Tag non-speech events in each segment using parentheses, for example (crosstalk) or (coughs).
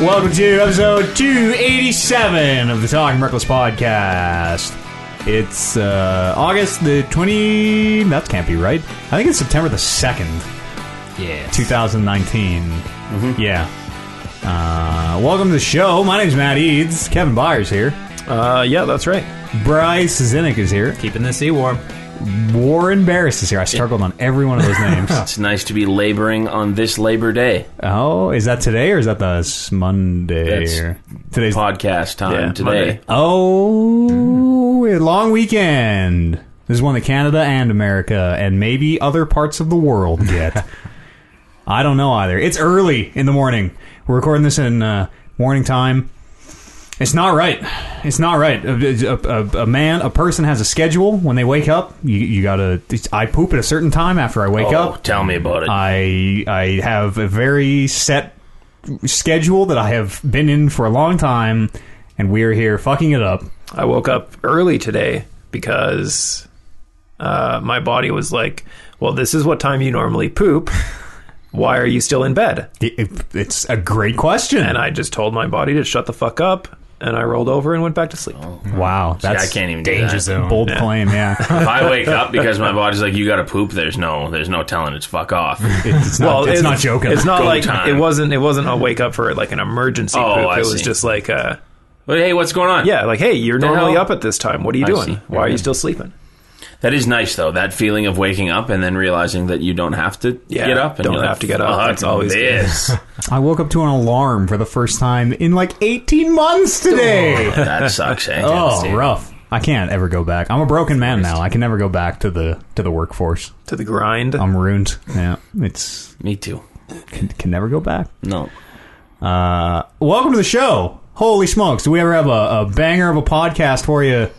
Welcome to episode 287 of the Talking Reckless podcast. It's uh, August the 20. That can't be right. I think it's September the 2nd, Yeah. 2019. Mm-hmm. Yeah. Uh, welcome to the show. My name's Matt Eads. Kevin Byers here. Uh, yeah, that's right. Bryce Zinnick is here. Keeping the sea warm. Warren Barris is here. I struggled on every one of those (laughs) names. It's nice to be laboring on this Labor Day oh, is that today or is that the s- Monday? That's or- Today's podcast time Yeah, today. Monday. Oh, a long weekend. This is one that Canada and America and maybe other parts of the world (laughs) get. I don't know either. It's early in the morning. We're recording this in uh, morning time. It's not right. It's not right. A, a- a- a man, a person has a schedule when they wake up. You, you gotta. I poop at a certain time after I wake Oh, up. tell me about Uh, it. I I have a very set schedule that I have been in for a long time, and we're here fucking it up. I woke up early today because uh, my body was like, well, this is what time you normally poop. Why are you still in bed? It- it- it's a great question. And I just told my body to shut the fuck up, and I rolled over and went back to sleep. Oh. wow, that's I can't even do Danger that. zone. bold claim. Yeah, (laughs) If I wake up because my body's like, you got to poop. There's no, there's no telling. It's fuck (laughs) (laughs) off. it's not, it's not joking. It's not Go like time. it wasn't. It wasn't a wake up for like an emergency Oh, poop. I it was see. just like, uh, But hey, what's going on? yeah, like hey, you're normally hell? up at this time. What are you I doing? see. Why are you still sleeping? that is nice though. That feeling of waking up and then realizing that you don't have to Yeah, get up. And don't you're like, have to get up. "Fuck That's always good." (laughs) this. I woke up to an alarm for the first time in like 18 months today. that sucks. Eh? oh, rough. I can't ever go back. I'm a broken man now. I can never go back to the to the workforce. To the grind. I'm ruined. Yeah, it's me too. can, can never go back. No, Uh, welcome to the show. Holy smokes. Do we ever have a, a banger of a podcast for you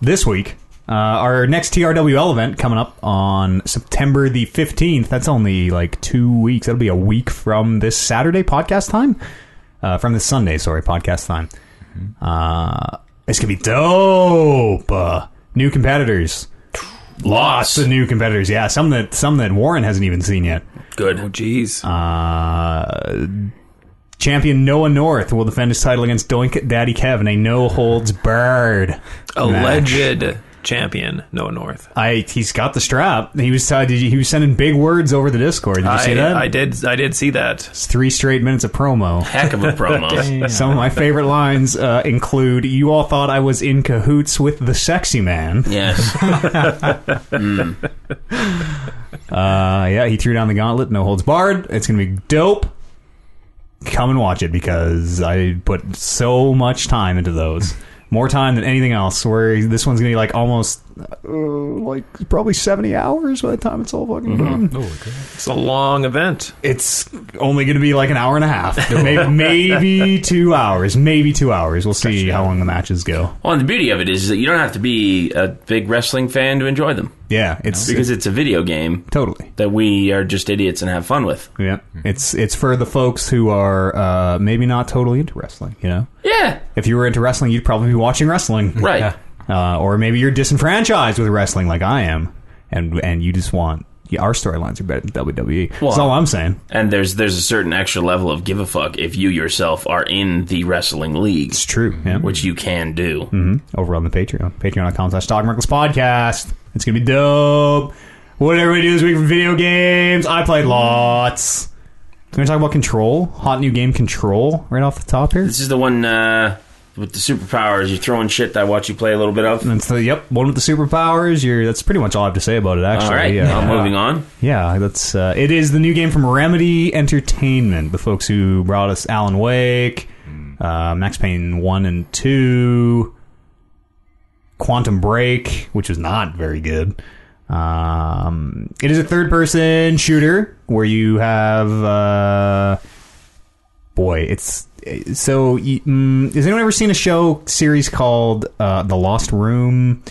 this week? Uh, our next TRWL event coming up on September the 15th. That's only like two weeks. That'll be a week from this Saturday podcast time. Uh, from this Sunday, sorry, podcast time. Uh, it's going to be dope. Uh, new competitors. Lots of new competitors. Yeah, some that some that Warren hasn't even seen yet. good. oh, jeez. Uh, champion Noah North will defend his title against Doink Daddy Kev in a no holds barred. Alleged champion, Noah North. I he's got the strap. He was uh, did you, he was sending big words over the Discord. Did you see I, that? I did. I did see that. it's three straight minutes of promo. Heck of a (laughs) promo. Some of my favorite lines uh, include "You all thought I was in cahoots with the sexy man." (laughs) yes. Uh, yeah, he threw down the gauntlet, no holds barred. It's gonna be dope. Come and watch it because I put so much time into those, (laughs) more time than anything else. Where this one's gonna be like almost, uh, like probably seventy hours by the time it's all fucking done. It's a long event. It's only gonna be like an hour and a half, (laughs) maybe, maybe two hours, maybe two hours. We'll see how long the matches go. Well, and the beauty of it is that you don't have to be a big wrestling fan to enjoy them Yeah, it's, because it's a video game. totally. that we are just idiots and have fun with. Yeah, it's it's for the folks who are uh, maybe not totally into wrestling. You know, Yeah, if you were into wrestling, you'd probably be watching wrestling, (laughs) right. (laughs) Uh, or maybe you're disenfranchised with wrestling, like I am, and and you just want yeah, our storylines are better than WWE. That's Well- all I'm saying. And there's there's a certain extra level of give a fuck if you yourself are in the wrestling league, It's true. Yeah. mm-hmm. which you can do. Hmm. Over on the Patreon, patreon.com slash Dog Merkles Podcast. It's gonna be dope. What did everybody do this week for video games? I played lots. We're gonna talk about Control, hot new game Control, right off the top here. This is the one uh, with the superpowers. You're throwing shit that I watch you play a little bit of. And so, yep, one with the superpowers. You're that's pretty much all I have to say about it. Actually, All right, yeah. I'm moving on. Yeah, that's uh, it. Is the new game from Remedy Entertainment, the folks who brought us Alan Wake, uh, Max Payne one and two, Quantum Break, which was not very good. Um, it is a third-person shooter where you have, uh, boy, it's so. you- Mm, has anyone ever seen a show series called uh, The Lost Room?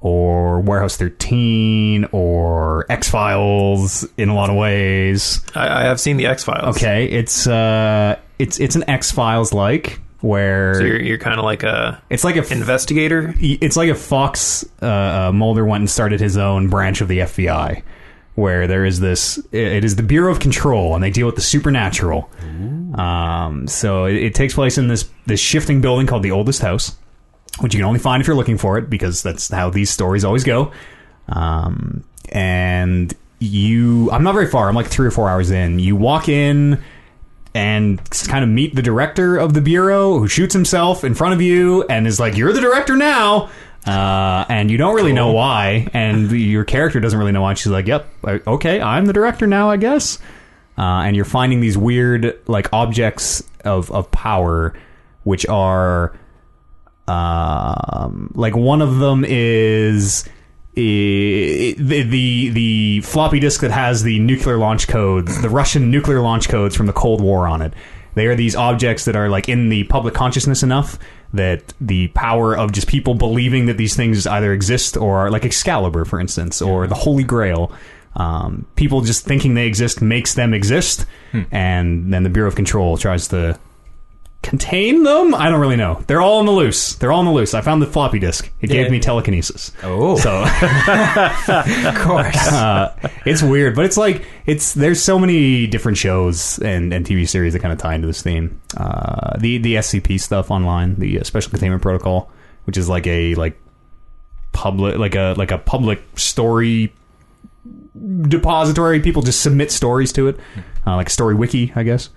or Warehouse 13 or X Files in a lot of ways. I, I have seen the X Files. Okay, it's uh, it's it's an X Files like where So you're, you're kind of like a it's like if investigator. it's like if Fox uh, uh, Mulder went and started his own branch of the FBI. Where there is this, it is the Bureau of Control, and they deal with the supernatural. Um, so it, it takes place in this this shifting building called the oldest house, which you can only find if you're looking for it because that's how these stories always go. Um, and you, I'm not very far. I'm like three or four hours in. You walk in and s- kind of meet the director of the bureau who shoots himself in front of you and is like, "You're the director now." Uh, and you don't really know why, and your character doesn't really know why. She's like, "Yep, I- okay, I'm the director now, I guess." uh, and you're finding these weird like objects of of power, which are um, like one of them is i the, the the floppy disk that has the nuclear launch codes, the Russian nuclear launch codes from the Cold War on it. They are these objects that are like in the public consciousness enough that the power of just people believing that these things either exist or are like Excalibur, for instance, or the Holy Grail. Um, people just thinking they exist makes them exist, and then the Bureau of Control tries to contain them? I don't really know. They're all on the loose. They're all on the loose. I found the floppy disk. It gave Yeah. me telekinesis. Oh. So Of course. uh, it's weird, but it's like it's there's so many different shows and, and TV series that kind of tie into this theme. Uh, the the SCP stuff online, the uh, Special Containment Protocol, which is like a like public like a like a public story depository. People just submit stories to it, uh, like a story wiki, I guess.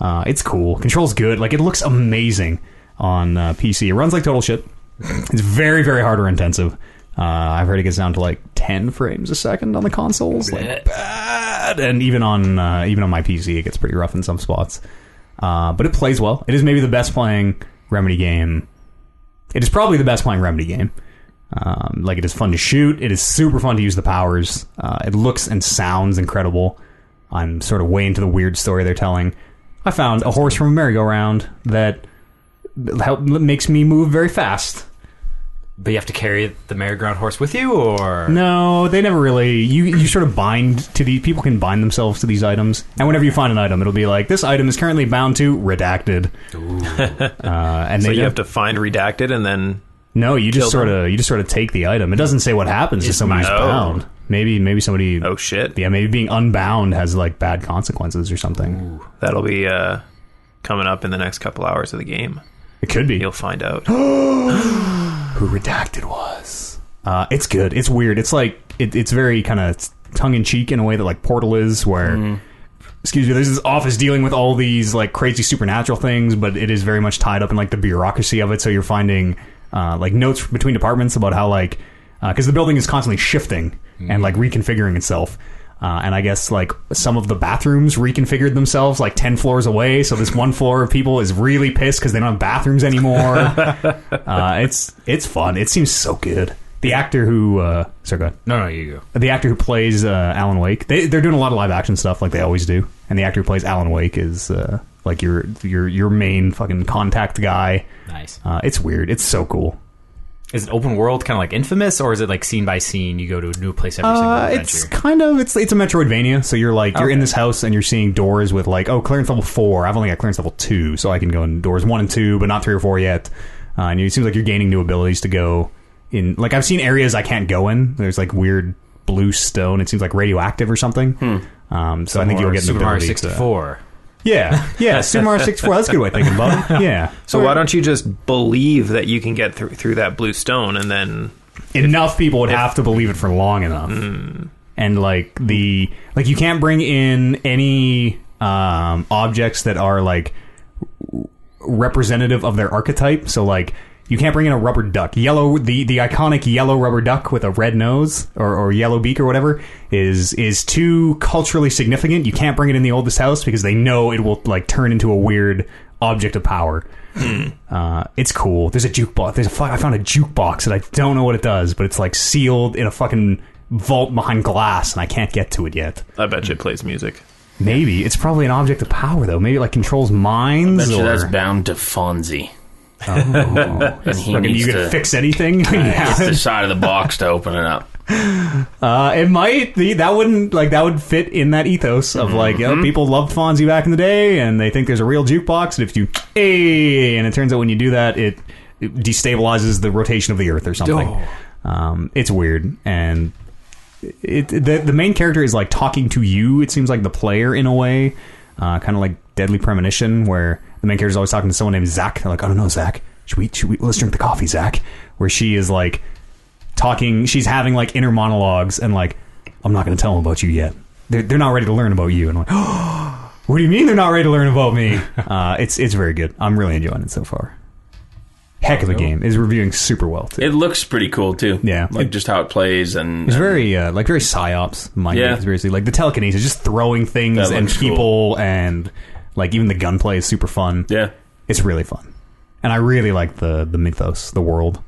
Uh, it's cool. Control's good. Like it looks amazing on uh, PC. It runs like total shit. It's very very hardware intensive. Uh, I've heard it gets down to like ten frames a second on the consoles, like bad. And even on uh, even on my PC, it gets pretty rough in some spots. Uh, but it plays well. It is maybe the best playing Remedy game. It is probably the best playing Remedy game. Um, like it is fun to shoot. It is super fun to use the powers. Uh, it looks and sounds incredible. I'm sort of way into the weird story they're telling. I found a horse from a merry-go-round that help, makes me move very fast. But you have to carry the merry-go-round horse with you, or No, they never really. You you sort of bind to the people can bind themselves to these items, and whenever you find an item, it'll be like this item is currently bound to redacted. uh, and So they you don't- have to find redacted and then no, you just kill sort of you just sort of take the item. It doesn't say what happens to somebody who's my- Oh. bound. Maybe maybe somebody oh shit, yeah, maybe being unbound has like bad consequences or something. that'll be uh, coming up in the next couple hours of the game. It could be You'll (gasps) find out. who redacted was. Uh, it's good. It's weird. It's like it, it's very kind of tongue in cheek in a way that like Portal is, where excuse me, there's this office dealing with all these like crazy supernatural things, but it is very much tied up in like the bureaucracy of it. So you're finding uh, like notes between departments about how like because the building is constantly shifting and like reconfiguring itself. Uh, and I guess like some of the bathrooms reconfigured themselves like ten floors away, so this one floor of people is really pissed because they don't have bathrooms anymore. (laughs) uh, it's it's fun. It seems so good. The actor who uh, sorry, go ahead no, no, you go. the actor who plays uh, Alan Wake. They, they're doing a lot of live action stuff, like they always do. And the actor who plays Alan Wake is uh, like your your your main fucking contact guy. Nice. Uh, it's weird. It's so cool. Is it open world, kind of like Infamous, or is it like scene by scene? You go to a new place every single Uh, adventure. it's kind of it's it's a Metroidvania. So you're like you're in this house and you're seeing doors with like oh clearance level four. I've only got clearance level two, so I can go in doors one and two, but not three or four yet. Uh, and it seems like you're gaining new abilities to go in. Like I've seen areas I can't go in. There's like weird blue stone. It seems like radioactive or something. Um, so I think Or you'll get an Hmm. Super Mario ability to- 64. Yeah, yeah, Super Mario 64. That's a good way of thinking about (laughs) it. Yeah. So why don't you just believe that you can get through through that blue stone and then enough people would have to believe it for long enough. And like the like you can't bring in any um objects that are like w- representative of their archetype. So like you can't bring in a rubber duck. Yellow the the iconic yellow rubber duck with a red nose or, or yellow beak or whatever is is too culturally significant. You can't bring it in the oldest house because they know it will like turn into a weird object of power. Uh, it's cool. There's a jukebox. There's a fu- I found a jukebox and I don't know what it does, but it's like sealed in a fucking vault behind glass, and I can't get to it yet. I bet you it plays music. Maybe it's probably an object of power though. Maybe it like controls minds. Bet you or- that's bound to Fonzie. (laughs) and he Oh. Fucking, needs you can to fix anything. (laughs) it's Yeah. the side of the box to open it up. Uh, it might be- that wouldn't like that would fit in that ethos of like you know, people loved Fonzie back in the day, and they think there's a real jukebox. And if you hey, and it turns out when you do that, it, it destabilizes the rotation of the Earth or something. Um, it's weird, and it the the main character is like talking to you. It seems like the player in a way, uh, kind of like Deadly Premonition, where the main character's always talking to someone named Zach. They're like, I don't know, Zach. Should we, should we, let's drink the coffee, Zach. Where she is like talking, she's having like inner monologues and like, I'm not going to tell them about you yet. They're, they're not ready to learn about you. And I'm like, oh, what do you mean they're not ready to learn about (laughs) me? Uh, it's, it's very good. I'm really enjoying it so far. Heck of a game. Is reviewing super well too. It looks pretty cool too. Yeah. like just how it plays and It's very uh, like very psyops minded Yeah. conspiracy. Like the telekinesis, just throwing things That and looks cool. people, and like even the gunplay is super fun. yeah. It's really fun, and I really like the the mythos, the world.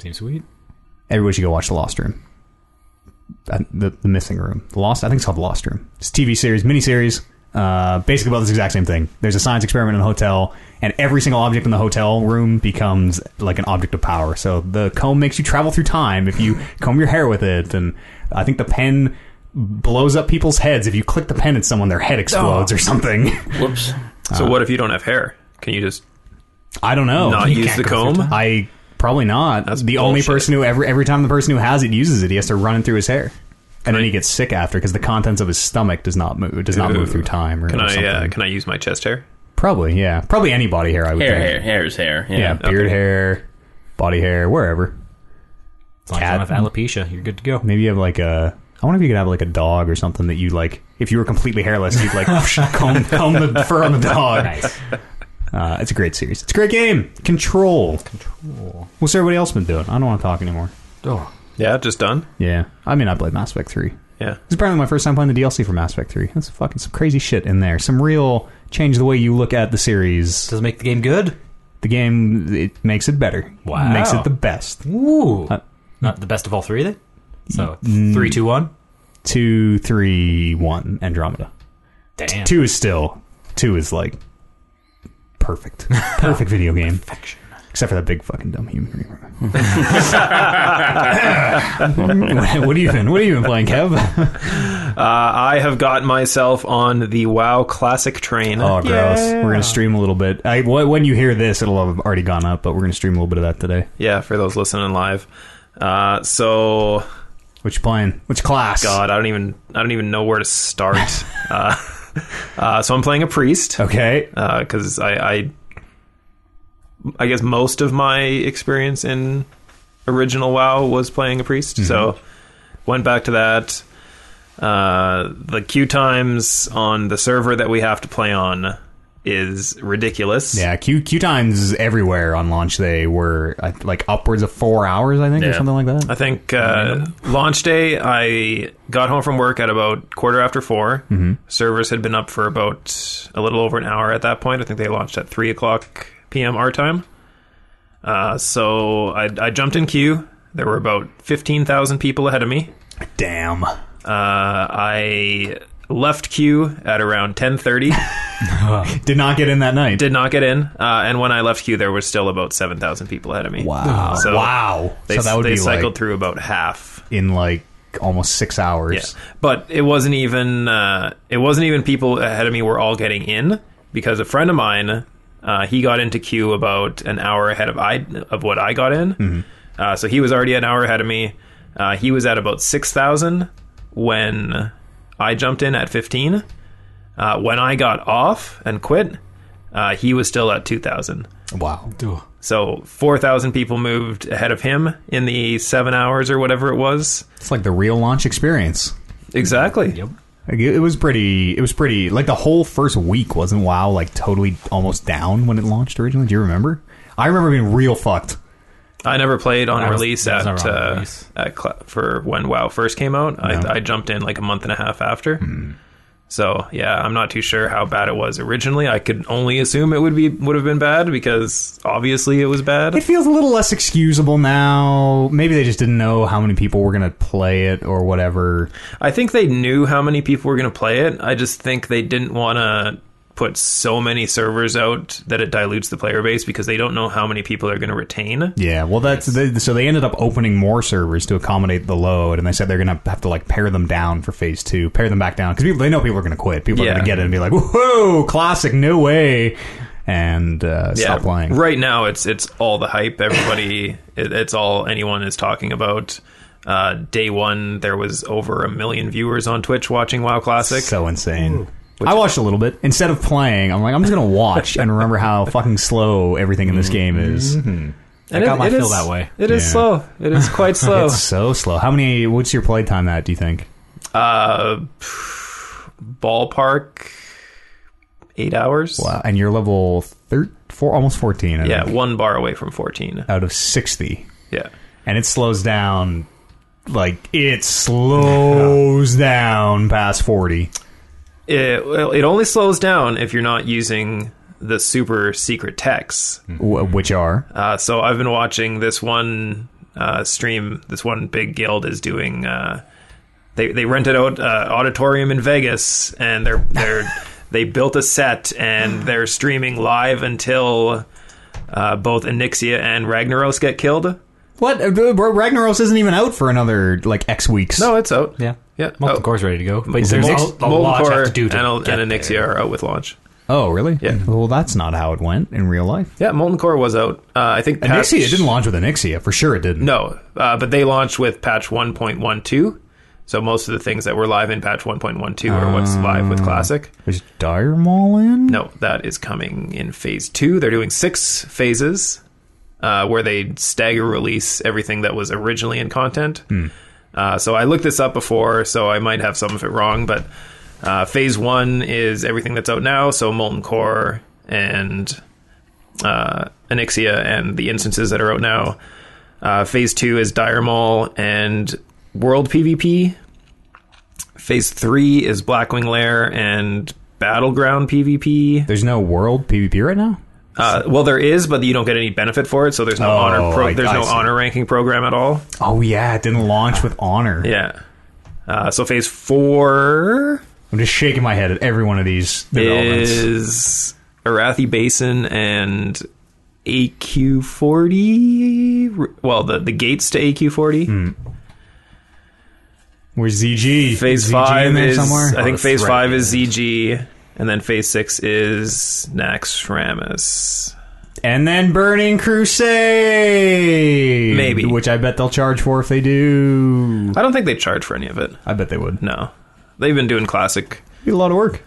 Seems sweet. Everybody should go watch the Lost Room, Uh, the the missing room, the Lost. I think it's called the Lost Room. It's a TV series, miniseries, uh, basically about this exact same thing. There's a science experiment in a hotel, and every single object in the hotel room becomes like an object of power. So the comb makes you travel through time if you comb your hair with it, and I think the pen blows up people's heads if you click the pen at someone, their head explodes or something. (laughs) Whoops. Uh, So what if you don't have hair? Can you just I don't know. Not oh, You use can't the go through comb? time. I probably not. That's the only bullshit. person who every every time the person who has it uses it, he has to run it through his hair, and then he gets sick after because the contents of his stomach does not move does not move Ooh. through time or, can or I something. uh, can I use my chest hair? probably yeah, probably any body hair. I would Hair, think. hair, hair is hair. Yeah. yeah, beard hair, body hair, wherever. As long as you Cat- don't have alopecia, you're good to go. Maybe you have like a. I wonder if you could have like a dog or something that you like. If you were completely hairless, you'd (laughs) like (laughs) comb comb the fur on the dog. Nice. Uh, it's a great series. It's a great game. Control. Control. What's everybody else been doing? I don't want to talk anymore. Oh. Yeah, just done. Yeah, I mean, I played Mass Effect Three. Yeah. This is apparently my first time playing the DLC for Mass Effect 3. That's fucking some crazy shit in there. Some real change the way you look at the series. Does it make the game good? The game it makes it better. Wow. Makes it the best. Woo. Uh, Not the best of all three, then? So, three, two, one. Two, three, one, Andromeda. Damn. Two is still two is like (laughs) perfect. Perfect video game. Perfection. Except for that big fucking dumb human. (laughs) (laughs) what have you been what have you been playing, Kev? Uh, I have got myself on the WoW Classic train. Oh gross. We're gonna stream a little bit. I, wh- when you hear this it'll have already gone up, but we're gonna stream a little bit of that today. Yeah, for those listening live. Uh, so What you playing? Which class? God, I don't even I don't even know where to start. (laughs) uh, uh, so I'm playing a priest Okay. because I, I I guess most of my experience in original WoW was playing a priest. Mm-hmm. So went back to that. Uh, the queue times on the server that we have to play on is ridiculous. Yeah, queue queue times everywhere on launch day were I- like upwards of four hours, I think, or Yeah. something like that. (laughs) I think uh, launch day, I got home from work at about quarter after 4 Mm-hmm. Servers had been up for about a little over an hour at that point. I think they launched at 3 o'clock p.m. our time. Uh, so I, I jumped in queue. There were about 15,000 people ahead of me. Damn. Uh, I left queue at (laughs) around 10.30. Did not get in that night. Did not get in. Uh, and when I left queue, there were still about 7,000 people ahead of me. wow. So wow. They, so that would they be cycled like through about half. in like almost six Yeah, hours. but it wasn't even uh, it wasn't even people ahead of me were all getting in because a friend of mine uh, he got into queue about an hour ahead of I of what I got in, uh, so he was already an hour ahead of me. Uh, he was at about six thousand when I jumped in at fifteen. Uh, when I got off and quit, uh, he was still at two thousand. Wow. So four thousand people moved ahead of him in the seven hours or whatever it was. It's like the real launch experience. Exactly. Yep. Like, it it was pretty. It was pretty. Like the whole first week wasn't WoW like totally almost down when it launched originally. Do you remember? I remember being real fucked. I never played on That was- release that was at, not on uh, release. at cl- for when WoW first came out. No. I, I jumped in like a month and a half after. Hmm. So yeah, I'm not too sure how bad it was originally. I could only assume it would be would have been bad because obviously it was It bad. feels a little less excusable now. Maybe they just didn't know how many people were gonna play it or whatever. I think they knew how many people were going to play it. I just think they didn't want to put so many servers out that it dilutes the player base because they don't know how many people are going to retain. Yeah, well, that's they, so they ended up opening more servers to accommodate the load, and they said they're gonna have to like pare them down for phase two, pare them back down because they know people are gonna quit. People are Yeah. gonna get it and be like, "Whoa, classic, no way," and uh, stop playing. Right now, it's it's all the hype. Everybody, (laughs) it, it's all anyone is talking about. Uh, day one, there was over a million viewers on Twitch watching WoW Classic. So insane. I watched a little bit. Instead of playing, I'm like, I'm just gonna watch and remember how (laughs) fucking slow everything Mm-hmm. in this game is. And got my feel that way. It is Yeah. slow. It is (laughs) quite slow. It's so slow. How many? What's your play time at? Do you think? uh, ballpark, eight hours. Wow. And you're level thir- four, almost 14. I Yeah, think, one bar away from fourteen. out of 60, Yeah. and it slows down. Like it (laughs) slows down past 40. It, well, it only slows down if you're not using the super secret techs. Wh- which are Uh, so I've been watching this one uh, stream. This one big guild is doing. Uh, they they rented out uh, auditorium in Vegas, and they're (laughs) they're they built a set, and they're streaming live until uh, both Anixia and Ragnaros get killed. what? Uh, bro, Ragnaros isn't even out for another like X weeks. No, it's out. Yeah. yeah. Molten Oh. Core's ready to go. But Is there's Mol- a, a lot you have to do to and, get and there. Anixia are out with launch. Oh, really? Yeah. Well, that's not how it went in real life. Yeah, Molten Core was out. Uh, I think patch- Anixia it didn't launch with Anixia for sure. It didn't. No, uh, but they launched with patch 1.12. So most of the things that were live in patch 1.12 are what's live with Classic. Is Dire Maul in? No, that is coming in phase two. They're doing six phases uh, where they stagger release everything that was originally in content. Uh, so I looked this up before, so I might have some of it wrong, but uh, phase one is everything that's out now. So Molten Core and uh, Anixia and the instances that are out now. Uh, phase two is Dire Maul and World PvP. Phase three is Blackwing Lair and Battleground PvP. There's no world PvP right now? Uh, well, there is, but you don't get any benefit for it, so there's no Oh, honor. Pro- I- there's I no see. honor ranking program at all. Oh, yeah. It didn't launch with Honor. Yeah. Uh, so phase four I'm just shaking my head at every one of these developments. is Arathi Basin and AQ40. R- Well, the the gates to AQ40. Hmm. Where's ZG? Phase ZG in five there is somewhere? I think Oh, phase right. five is ZG, and then phase six is Nax Ramus. and then Burning Crusade. Maybe. Which I bet they'll charge for if they do. I don't think they charge for any of it. I bet they would. No, they've been doing classic. Be a lot of work.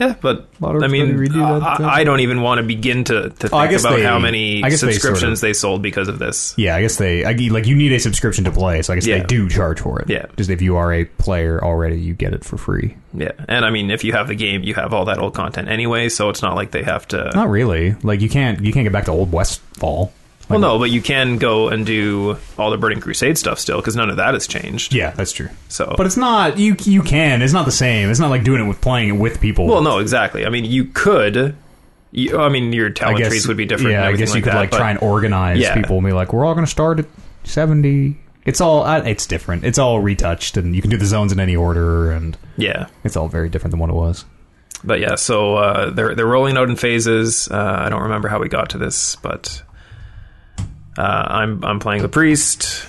Yeah, but lot of I mean, redo that I- stuff. Oh, I, don't even want to begin to, to think I guess about they- how many I guess they sort of- subscriptions they sold because of this. Yeah, I guess they I, like you need a subscription to play, so I guess Yeah. they do charge for it. Yeah. just if you are a player already, you get it for free. Yeah, and I mean, if you have the game, you have all that old content anyway, so it's not like they have to. Not really. Like you can't you can't get back to old Westfall. well, no, but you can go and do all the Burning Crusade stuff still because none of that has changed. Yeah, that's true. So, But it's not you. You can. It's not the same. It's not like doing it with playing it with people. Well, no, exactly. I mean, you could. You, I mean, your I talent trees would be different. Yeah, and I everything guess you like could that, like but try and organize Yeah. people and be like, we're all going to start at seventy. It's all uh, it's different. It's all retouched, and you can do the zones in any order, and Yeah, it's all very different than what it was. but yeah. So uh, they're they're rolling out in phases. Uh, I don't remember how we got to this, but uh, I'm I'm playing the priest.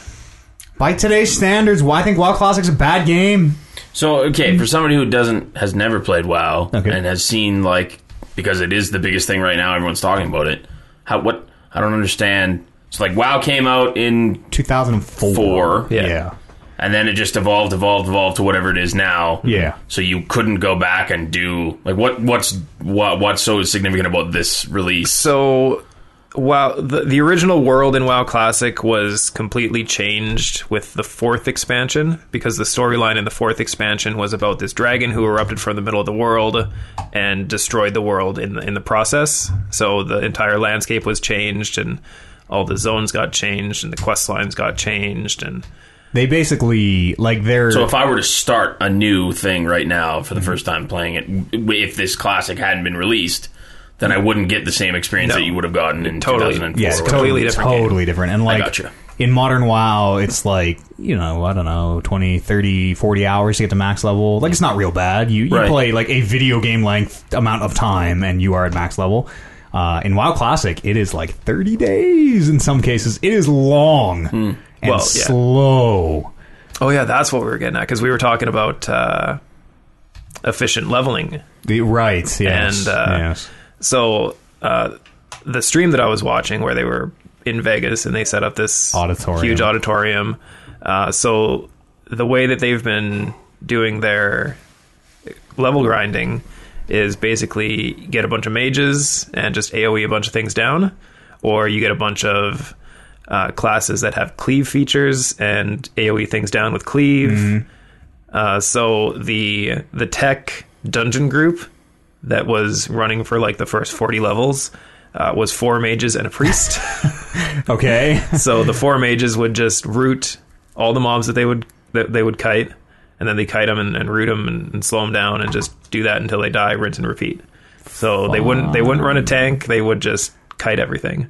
By today's standards, why I think WoW Classic's a bad game. So okay, for somebody who doesn't has never played WoW Okay. and has seen like because it is the biggest thing right now, everyone's talking about it. How what I don't understand. It's like WoW came out in 2004. Four. Yeah. Yeah. yeah. and then it just evolved, evolved, evolved to whatever it is now. Yeah. So you couldn't go back and do like what what's what what's so significant about this release? So wow, the, the original world in WoW Classic was completely changed with the fourth expansion because the storyline in the fourth expansion was about this dragon who erupted from the middle of the world and destroyed the world in the, in the process. So the entire landscape was changed and all the zones got changed and the quest lines got changed and They basically like they're So if I were to start a new thing right now for the Mm-hmm. first time playing it, w- if this classic hadn't been released, then I wouldn't get the same experience No. that you would have gotten in Totally. 2004. yeah, or whatever. totally totally different game. Totally different. And like gotcha. in modern WoW, it's like, you know, I don't know, 20, 30, 40 hours to get to max level. Like it's not real bad. You you Right. play like a video game length amount of time and you are at max level. Uh, in WoW Classic, it is like 30 days in some cases. It is long and Hmm. Well, yeah. slow. oh yeah, that's what we were getting at because we were talking about uh, efficient leveling The- right, yes. And, uh, yes. So uh, the stream that I was watching, where they were in Vegas and they set up this Auditorium. huge auditorium. Uh, so the way that they've been doing their level grinding is basically get a bunch of mages and just AoE a bunch of things down, or you get a bunch of uh, classes that have cleave features and AoE things down with cleave. Uh, so the the tech dungeon group that was running for like the first forty levels uh, was four mages and (laughs) a priest. (laughs) Okay. (laughs) so the four mages would just root all the mobs that they would that they would kite, and then they kite them and, and root them and, and slow them down, and just do that until they die, rinse and repeat. So they wouldn't they wouldn't run a tank; they would just kite everything.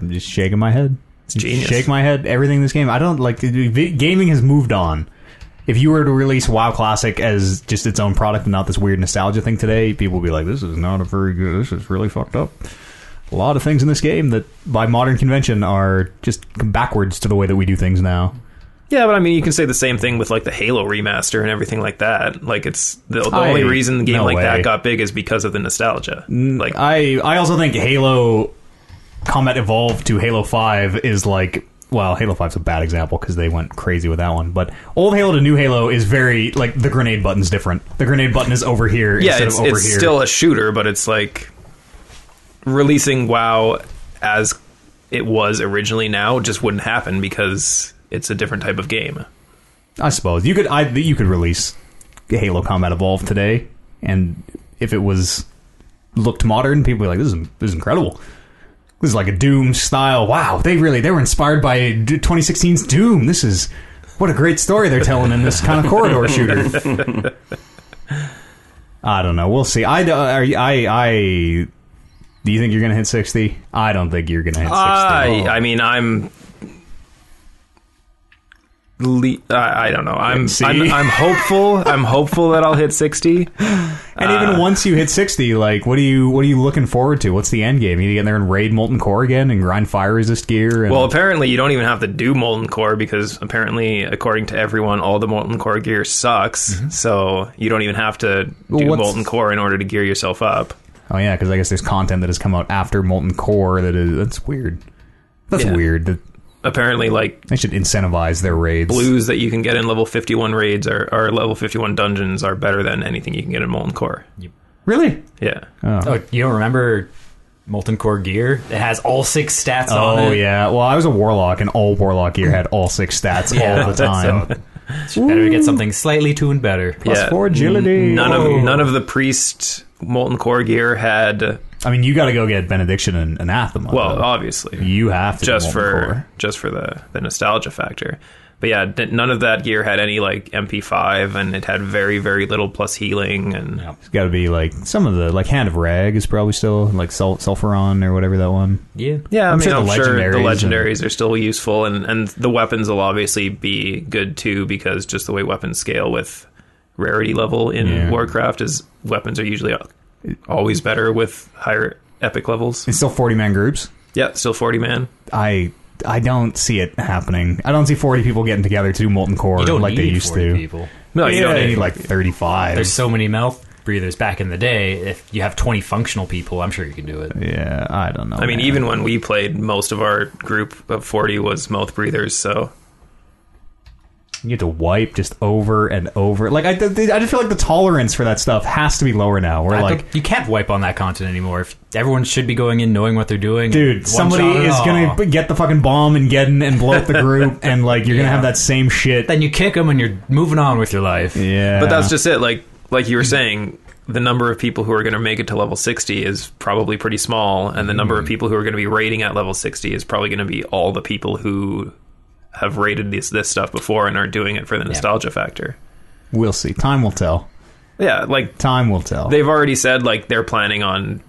I'm just shaking my head. genius. Shake my head. Everything in this game. I don't like. vi- Gaming has moved on. If you were to release WoW Classic as just its own product and not this weird nostalgia thing today, people would be like, "This is not a very good. This is really fucked up." A lot of things in this game that, by modern convention, are just backwards to the way that we do things now. Yeah, but I mean, you can say the same thing with like the Halo remaster and everything like that. Like it's the, the I- only reason the game no like way. that got big is because of the nostalgia. Like I I also think Halo Combat Evolved to Halo Five is like well Halo Five's a bad example because they went crazy with that one, but old Halo to new Halo is very like the grenade button's different. The grenade button is over here yeah, instead it's, of over it's here. still a shooter, but it's like releasing WoW as it was originally now just wouldn't happen because it's a different type of game. I suppose you could I you could release Halo Combat Evolved today, and if it was looked modern, people would be like, "This is this is incredible." This is like a Doom style. Wow, they really they were inspired by 2016's Doom. This is what a great story they're telling in this kind of corridor shooter. I don't know. We'll see. I do- are you- I I do you think you're gonna hit sixty? I don't think you're gonna hit sixty. I I mean I'm. Le- I, I don't know. I'm, See? I'm (laughs) I'm hopeful. I'm hopeful that I'll hit sixty. And Uh, even once you hit sixty, like what do you what are you looking forward to? What's the end game? You need to get there and raid Molten Core again and grind fire resist gear. And, Well, apparently you don't even have to do molten core because apparently, according to everyone, all the molten core gear sucks. So you don't even have to do Mm-hmm. what's- molten core in order to gear yourself up. oh yeah, because I guess there's content that has come out after Molten Core that is that's weird. That's Yeah. weird. That Apparently, like they should incentivize their raids. blues that you can get in level fifty-one raids or, or level fifty-one dungeons are better than anything you can get in molten core. Really? Yeah, Uh, Oh, you don't remember Molten Core Gear? It has all six stats on it. Oh yeah. Well, I was a warlock, and all warlock gear had all six (laughs) stats Yeah, all the so- time. Better get something slightly tuned better. Plus yeah. four agility. None Whoa. of none of the priest molten core gear had. I mean, you got to go get benediction and anathema. Well, though. obviously, you have to do just Molten for Core. just for the the nostalgia factor. But yeah, d- none of that gear had any like MP5, and it had very very little plus healing. And Yeah. It's got to be like some of the like Hand of Rag is probably still like Sul- Sulfuron or whatever that one. Yeah. yeah, I I'm mean, sure the I'm sure the legendaries and- legendaries are still useful, and and the weapons will obviously be good too because just the way weapons scale with rarity level in Yeah. Warcraft is weapons are usually al- always better with higher epic levels. It's still forty man groups. Yeah, still forty man. I I don't see it happening. I don't see forty people getting together to do molten core You don't like need they used 40 to. people. No, you yeah, don't they need need like thirty five. There's so many mouth breathers back in the day. If you have 20 functional people, I'm sure you can do it. Yeah, I don't know. I mean, man. even when we played, most of our group of 40 was mouth breathers, so you get to wipe just over and over. Like I, th- I just feel like the tolerance for that stuff has to be lower now. We're I like, thought- you can't wipe on that content anymore. If everyone should be going in knowing what they're doing. dude, One somebody shot at is all. gonna b- get the fucking bomb and get in and blow (laughs) up the group, and like you're gonna have that same shit. Then you kick them and you're moving on with your life. yeah, but that's just it like like you were saying the number of people who are going to make it to level 60 is probably pretty small and the Mm-hmm. number of people who are going to be raiding at level 60 is probably going to be all the people who have raided this this stuff before and are doing it for the nostalgia factor we'll see. Time will tell. yeah like Time will tell. they've already said like they're planning on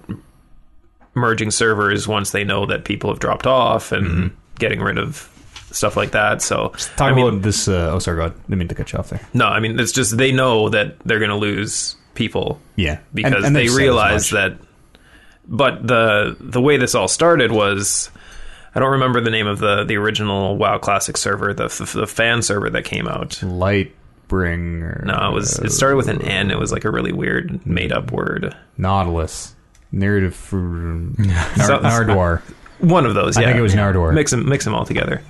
merging servers once they know that people have dropped off and getting rid of stuff like that so Mm-hmm. Talk I mean, about this. Uh, oh, sorry, God, I didn't mean to cut you off there. no i mean it's just they know that they're going to lose people Yeah, because And- and they they've said as realized much. that. But the the way this all started was, I don't remember the name of the the original WoW Classic server, the f- the fan server that came out. Lightbringer. No, it was it started with an N. It was like a really weird made up word. Nautilus. Narrative. for- Nar- (laughs) So- Nardwar. One of those. I Yeah, think it was Nardwar. Mix them mix them all together.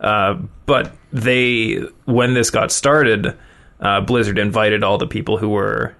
Uh, but they when this got started, uh, Blizzard invited all the people who were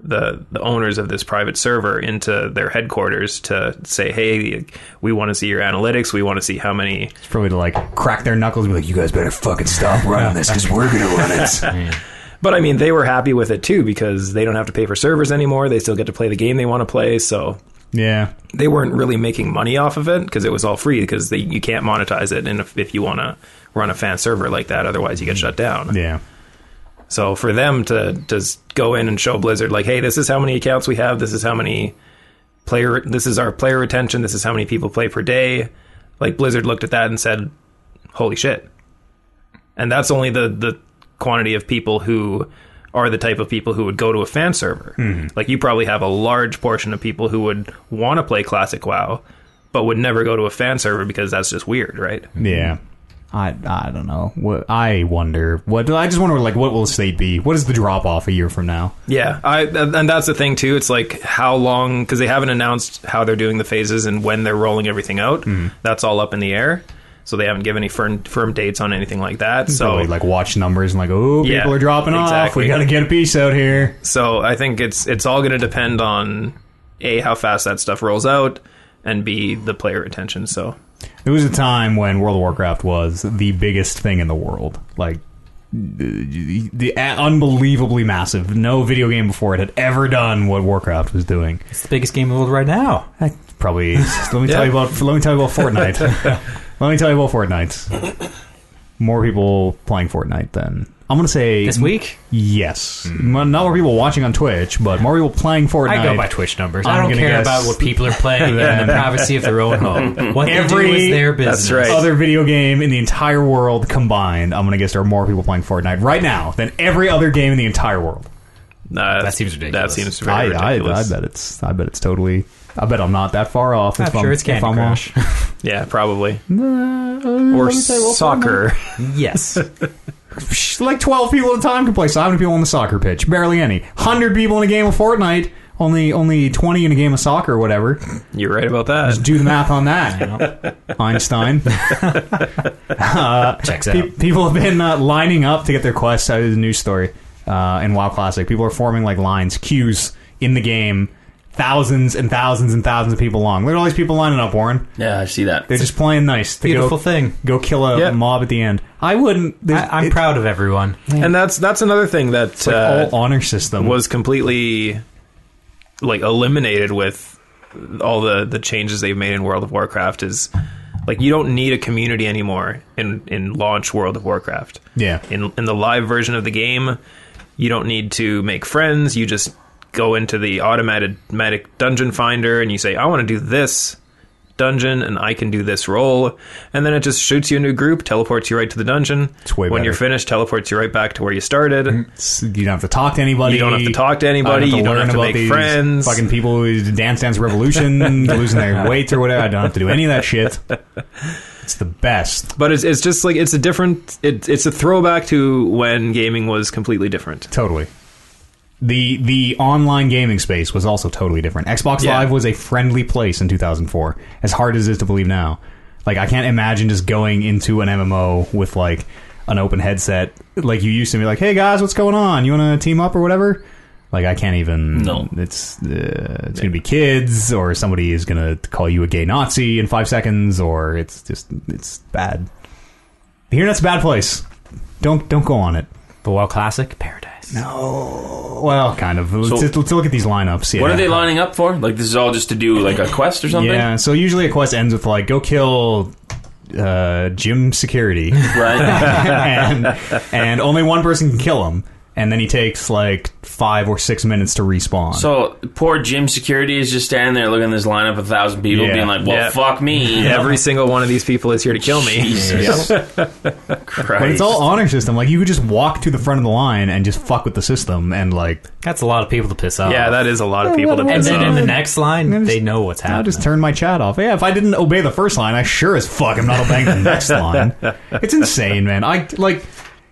the the owners of this private server into their headquarters to say, "Hey, we want to see your analytics. We want to see how many." It's probably to like crack their knuckles and be like, you guys better fucking stop running this because we're going to run it. But I mean, they were happy with it too because they don't have to pay for servers anymore. They still get to play the game they want to play. So yeah. they weren't really making money off of it because it was all free because you can't monetize it. And if, if you want to run a fan server like that, otherwise you get shut down. Yeah. So for them to just go in and show Blizzard like, hey, this is how many accounts we have, this is how many player, this is our player retention, this is how many people play per day. Like Blizzard looked at that and said, holy shit. And that's only the the quantity of people who are the type of people who would go to a fan server. Like you probably have a large portion of people who would want to play classic WoW, but would never go to a fan server because that's just weird, right? Yeah. I, I don't know. What I wonder what I just wonder like what will the state be? What is the drop off a year from now? Yeah, I and that's the thing too. It's like how long because they haven't announced how they're doing the phases and when they're rolling everything out. Mm-hmm. That's all up in the air, so they haven't given any firm firm dates on anything like that. So Probably Mm-hmm. like watch numbers and like oh people Oh. Yeah, are dropping off. exactly. We got to get a piece out here. so I think it's it's all going to depend on a how fast that stuff rolls out and b the player retention. So uh, There was a time when World of Warcraft was the biggest thing in the world. Like the, the unbelievably massive. No video game before it had ever done what Warcraft was doing. It's the biggest game in the world right now. I probably. (laughs) Let me tell you about. Let me tell you about Fortnite. let me tell you about Fortnite. More people playing Fortnite than I'm gonna say This week, Yes, M- not more people watching on Twitch, but more people playing Fortnite. I go by Twitch numbers. I'm I'm I do not gonna care guess- about what people are (laughs) playing in the privacy of their own home. What they do Every- is their That's business. right. Other video game in the entire world combined, I'm gonna guess there are more people playing Fortnite right now than every other game in the entire world. uh, That seems ridiculous. That seems very I, I, I ridiculous. bet it's. I bet it's totally. I bet I'm not that far off. I'm if sure it's if Candy I'm Crush. Yeah, probably Uh, off. or soccer. (laughs) (laughs) yes. Psh, like 12 people at a time can play. So how many people on the soccer pitch? Barely any. 100 people in a game of Fortnite. Only only 20 in a game of soccer or whatever. You're right about that. Do the math on that, you (laughs) know? Einstein. Checks out. Pe- people have been uh, lining up to get their quests. That is a news story uh, in WoW Classic. People are forming like lines, queues in the game, thousands and thousands and thousands of people long. Look at all these people lining up, Warren. Yeah, I see that. They're just playing nice. To Beautiful go, thing. Go kill a Yeah. mob at the end. I wouldn't. I, I'm it- proud of everyone. And that's that's another thing that like, uh, all honor system. was completely like eliminated with all the the changes they've made in World of Warcraft is like you don't need a community anymore in in launch World of Warcraft. Yeah. In in the live version of the game, you don't need to make friends. You just go into the automated medic dungeon finder and you say I want to do this dungeon and I can do this role and then it just shoots you a new group teleports you right to the dungeon It's way when better. Mm-hmm. you're finished teleports you right back to where you started It's- you don't have to talk to anybody. You don't have to talk to I anybody. You don't learn have to about make these friends. Fucking people who did Dance Dance Revolution (laughs) losing their weight or whatever. I don't have to do any of that shit. It's the best. but it's it's just like it's a different it, it's a throwback to when gaming was completely different. Totally. The the online gaming space was also totally different. Xbox Yeah. Live was a friendly place in 2004. As hard as it is to believe now, like I can't imagine just going into an MMO with like an open headset like you used to be like, "Hey guys, what's going on? You want to team up or whatever?" Like I can't even. No. it's uh, it's gonna be kids or somebody is gonna call you a gay Nazi in five seconds or it's just it's bad. The internet's a bad place. Don't don't go on it. But WoW Classic, paradise. Well, kind of. Let's, let's, let's look at these lineups. Yeah. What are they lining up for? Like this is all just to do like a quest or something, Yeah. So usually a quest ends with like, go kill uh, gym (laughs) security, right? (laughs) and and only one person can kill him, and then he takes like five or six minutes to respawn. so poor gym security is just standing there looking at this lineup of a thousand people, Yeah. being like, "Well, Yeah. fuck me." (laughs) Every single one of these people is here to kill me. Jesus (laughs) Christ! but it's all honor system. Like you could just walk to the front of the line and just fuck with the system, and like That's a lot of people to piss off. (laughs) Yeah, that uh, is a lot of people to And piss then in off. the next line, just- they know what's I'll happening. just turn my chat off. Yeah, if I didn't obey the first line, I sure as fuck am not obeying the next line. It's insane, man. I like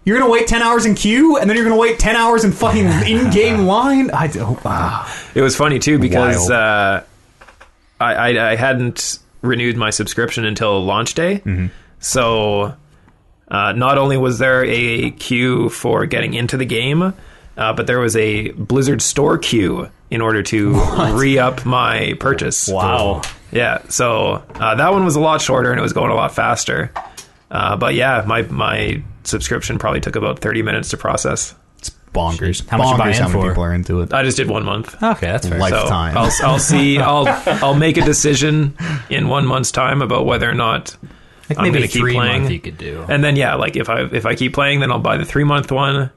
you're gonna wait ten hours in queue, and then you're gonna wait ten hours in fucking in-game line. I d- oh, ah. It was funny too because Wild. uh, I, I I hadn't renewed my subscription until launch day, Mm-hmm. so uh, not only was there a queue for getting into the game, uh, but there was a Blizzard store queue in order (laughs) to re up my purchase. Wow. Yeah, so uh, that one was a lot shorter and it was going a lot faster. Uh, but yeah, my my subscription probably took about thirty minutes to process. It's bonkers. How much you bonkers buy in how many for? people are into it? I just did one month. Okay, that's fair. Like- So Lifetime. I'll, I'll (laughs) see. I'll I'll make a decision in one month's time about whether or not Like I'm maybe gonna a keep three playing. month you could do. And then yeah, like if I if I keep playing, then I'll buy the three month one,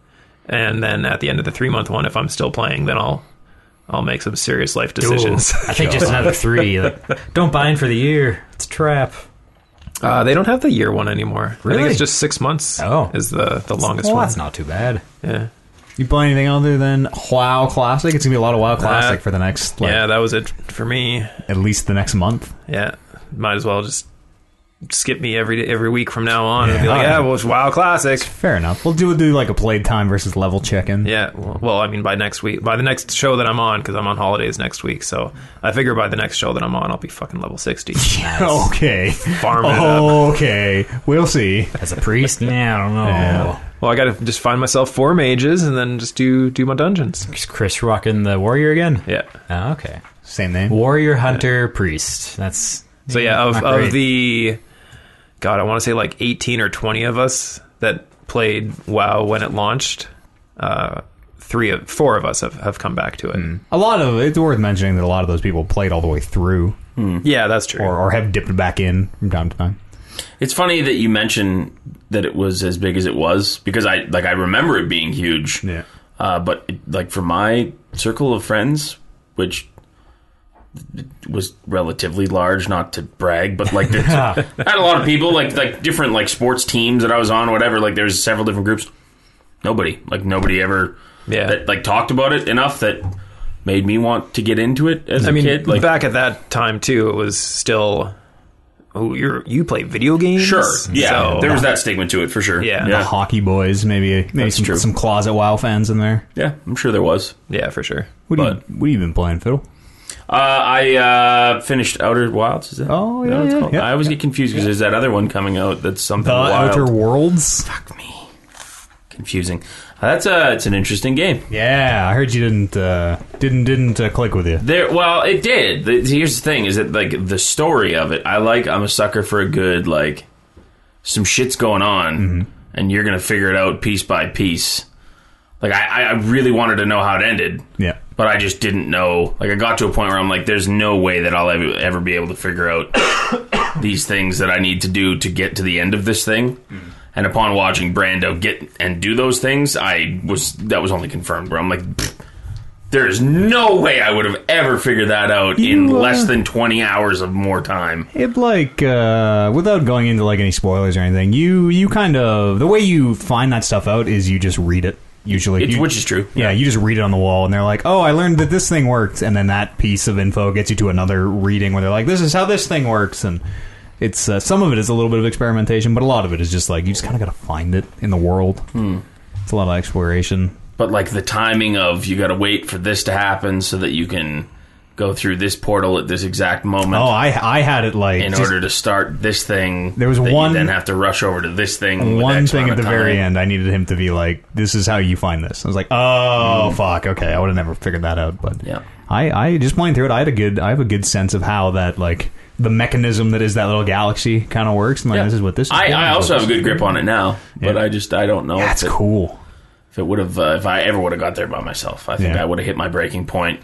and then at the end of the three month one, if I'm still playing, then I'll I'll make some serious life (laughs) decisions. (laughs) I think just another three. Like, don't buy in for the year. It's a trap. Uh, they don't have the year one anymore. I think Really? it's just six months. Oh. is the the longest well, one. that's not too bad. yeah. You play anything other than WoW Classic? It's gonna be a lot of WoW Classic for the next, like, yeah, that was it for me. at least the next month. Yeah, might as well just skip me every day, every week from now on and Yeah. be like, Alright. yeah, well, it's WoW Classic. Fair enough. We'll do we'll do like a play time versus level check-in. Yeah, well, well, I mean, by next week, by the next show that I'm on, because I'm on holidays next week, so I figure by the next show that I'm on, I'll be fucking level (laughs) sixty. (laughs) Okay. Farm it up. Okay. We'll see. As a (laughs) priest, nah, I don't know. Yeah. Well, I got to just find myself four mages and then just do do my dungeons. Is Chris rocking the warrior again? Yeah. Oh, okay. Same name. Warrior, hunter, priest. That's So yeah, of not of great. the God, I want to say like eighteen or twenty of us that played WoW when it launched. Uh, three of four of us have, have come back to it. A lot of it's worth mentioning that a lot of those people played all the way through, Yeah, that's true. or, or have dipped back in from time to time. It's funny that you mention that it was as big as it was because I like I remember it being huge. Uh, but it, like for my circle of friends, which was relatively large, not to brag, but like there's- (laughs) I had a lot of people like like different like sports teams that I was on, whatever. Like there's several different groups. Nobody like nobody ever Yeah. that like talked about it enough that made me want to get into it as a I mean, kid. Like back at that time too, it was still. Oh, you you play video games? sure, yeah, So- there was that stigma to it for sure. Yeah. The hockey boys, maybe maybe some true. some closet WoW fans in there. yeah, I'm sure there was. yeah, for sure. What do you But- what have you been playing, Fiddle? Uh, I uh, finished Outer Wilds. Is that? Oh, is that yeah, what it's yeah, called? yeah. I always get confused because there's that other one coming out that's something The wild. Outer Worlds. Fuck me, confusing. Uh, that's a it's an interesting game. Yeah, I heard you didn't uh, didn't didn't uh, click with you. There, well, it did. The, here's the thing: is that like the story of it? I like. I'm a sucker for a good like some shit's going on, Mm-hmm. and you're gonna figure it out piece by piece. Like I, I- I really wanted to know how it ended. Yeah. but I just didn't know. Like, I got to a point where I'm like, there's no way that I'll ever, ever be able to figure out (coughs) these things that I need to do to get to the end of this thing. Mm-hmm. And upon watching Brando get and do those things, I was that was only confirmed. Where I'm like, "Pfft, there is no way I would have ever figured that out in You, uh, less than 20 hours of more time. It like uh, without going into like any spoilers or anything, you you kind of the way you find that stuff out is you just read it usually, It's, You- which is true. Yeah, you just read it on the wall, and they're like, "Oh, I learned that this thing works," and then that piece of info gets you to another reading where they're like, "This is how this thing works," and it's uh, some of it is a little bit of experimentation, but a lot of it is just like you just kind of got to find it in the world. Hmm. It's a lot of exploration. but like the timing of you got to wait for this to happen so that you can go through this portal at this exact moment. Oh, I I had it like in just order to start this thing. There was that you one- then have to rush over to this thing. with one X thing at amount the of very time. end. I needed him to be like, "This is how you find this." I was like, "Oh fuck, okay." I would have never figured that out, but Mm. Yeah. I I just playing through it. I had a good I have a good sense of how that like the mechanism that is that little galaxy kind of works. And like, Yeah. this is what this. Is I, I also have a good grip on it now, but Yeah. I just I don't know That's if it, cool. if it would have uh, if I ever would have got there by myself. I think Yeah. I would have hit my breaking point.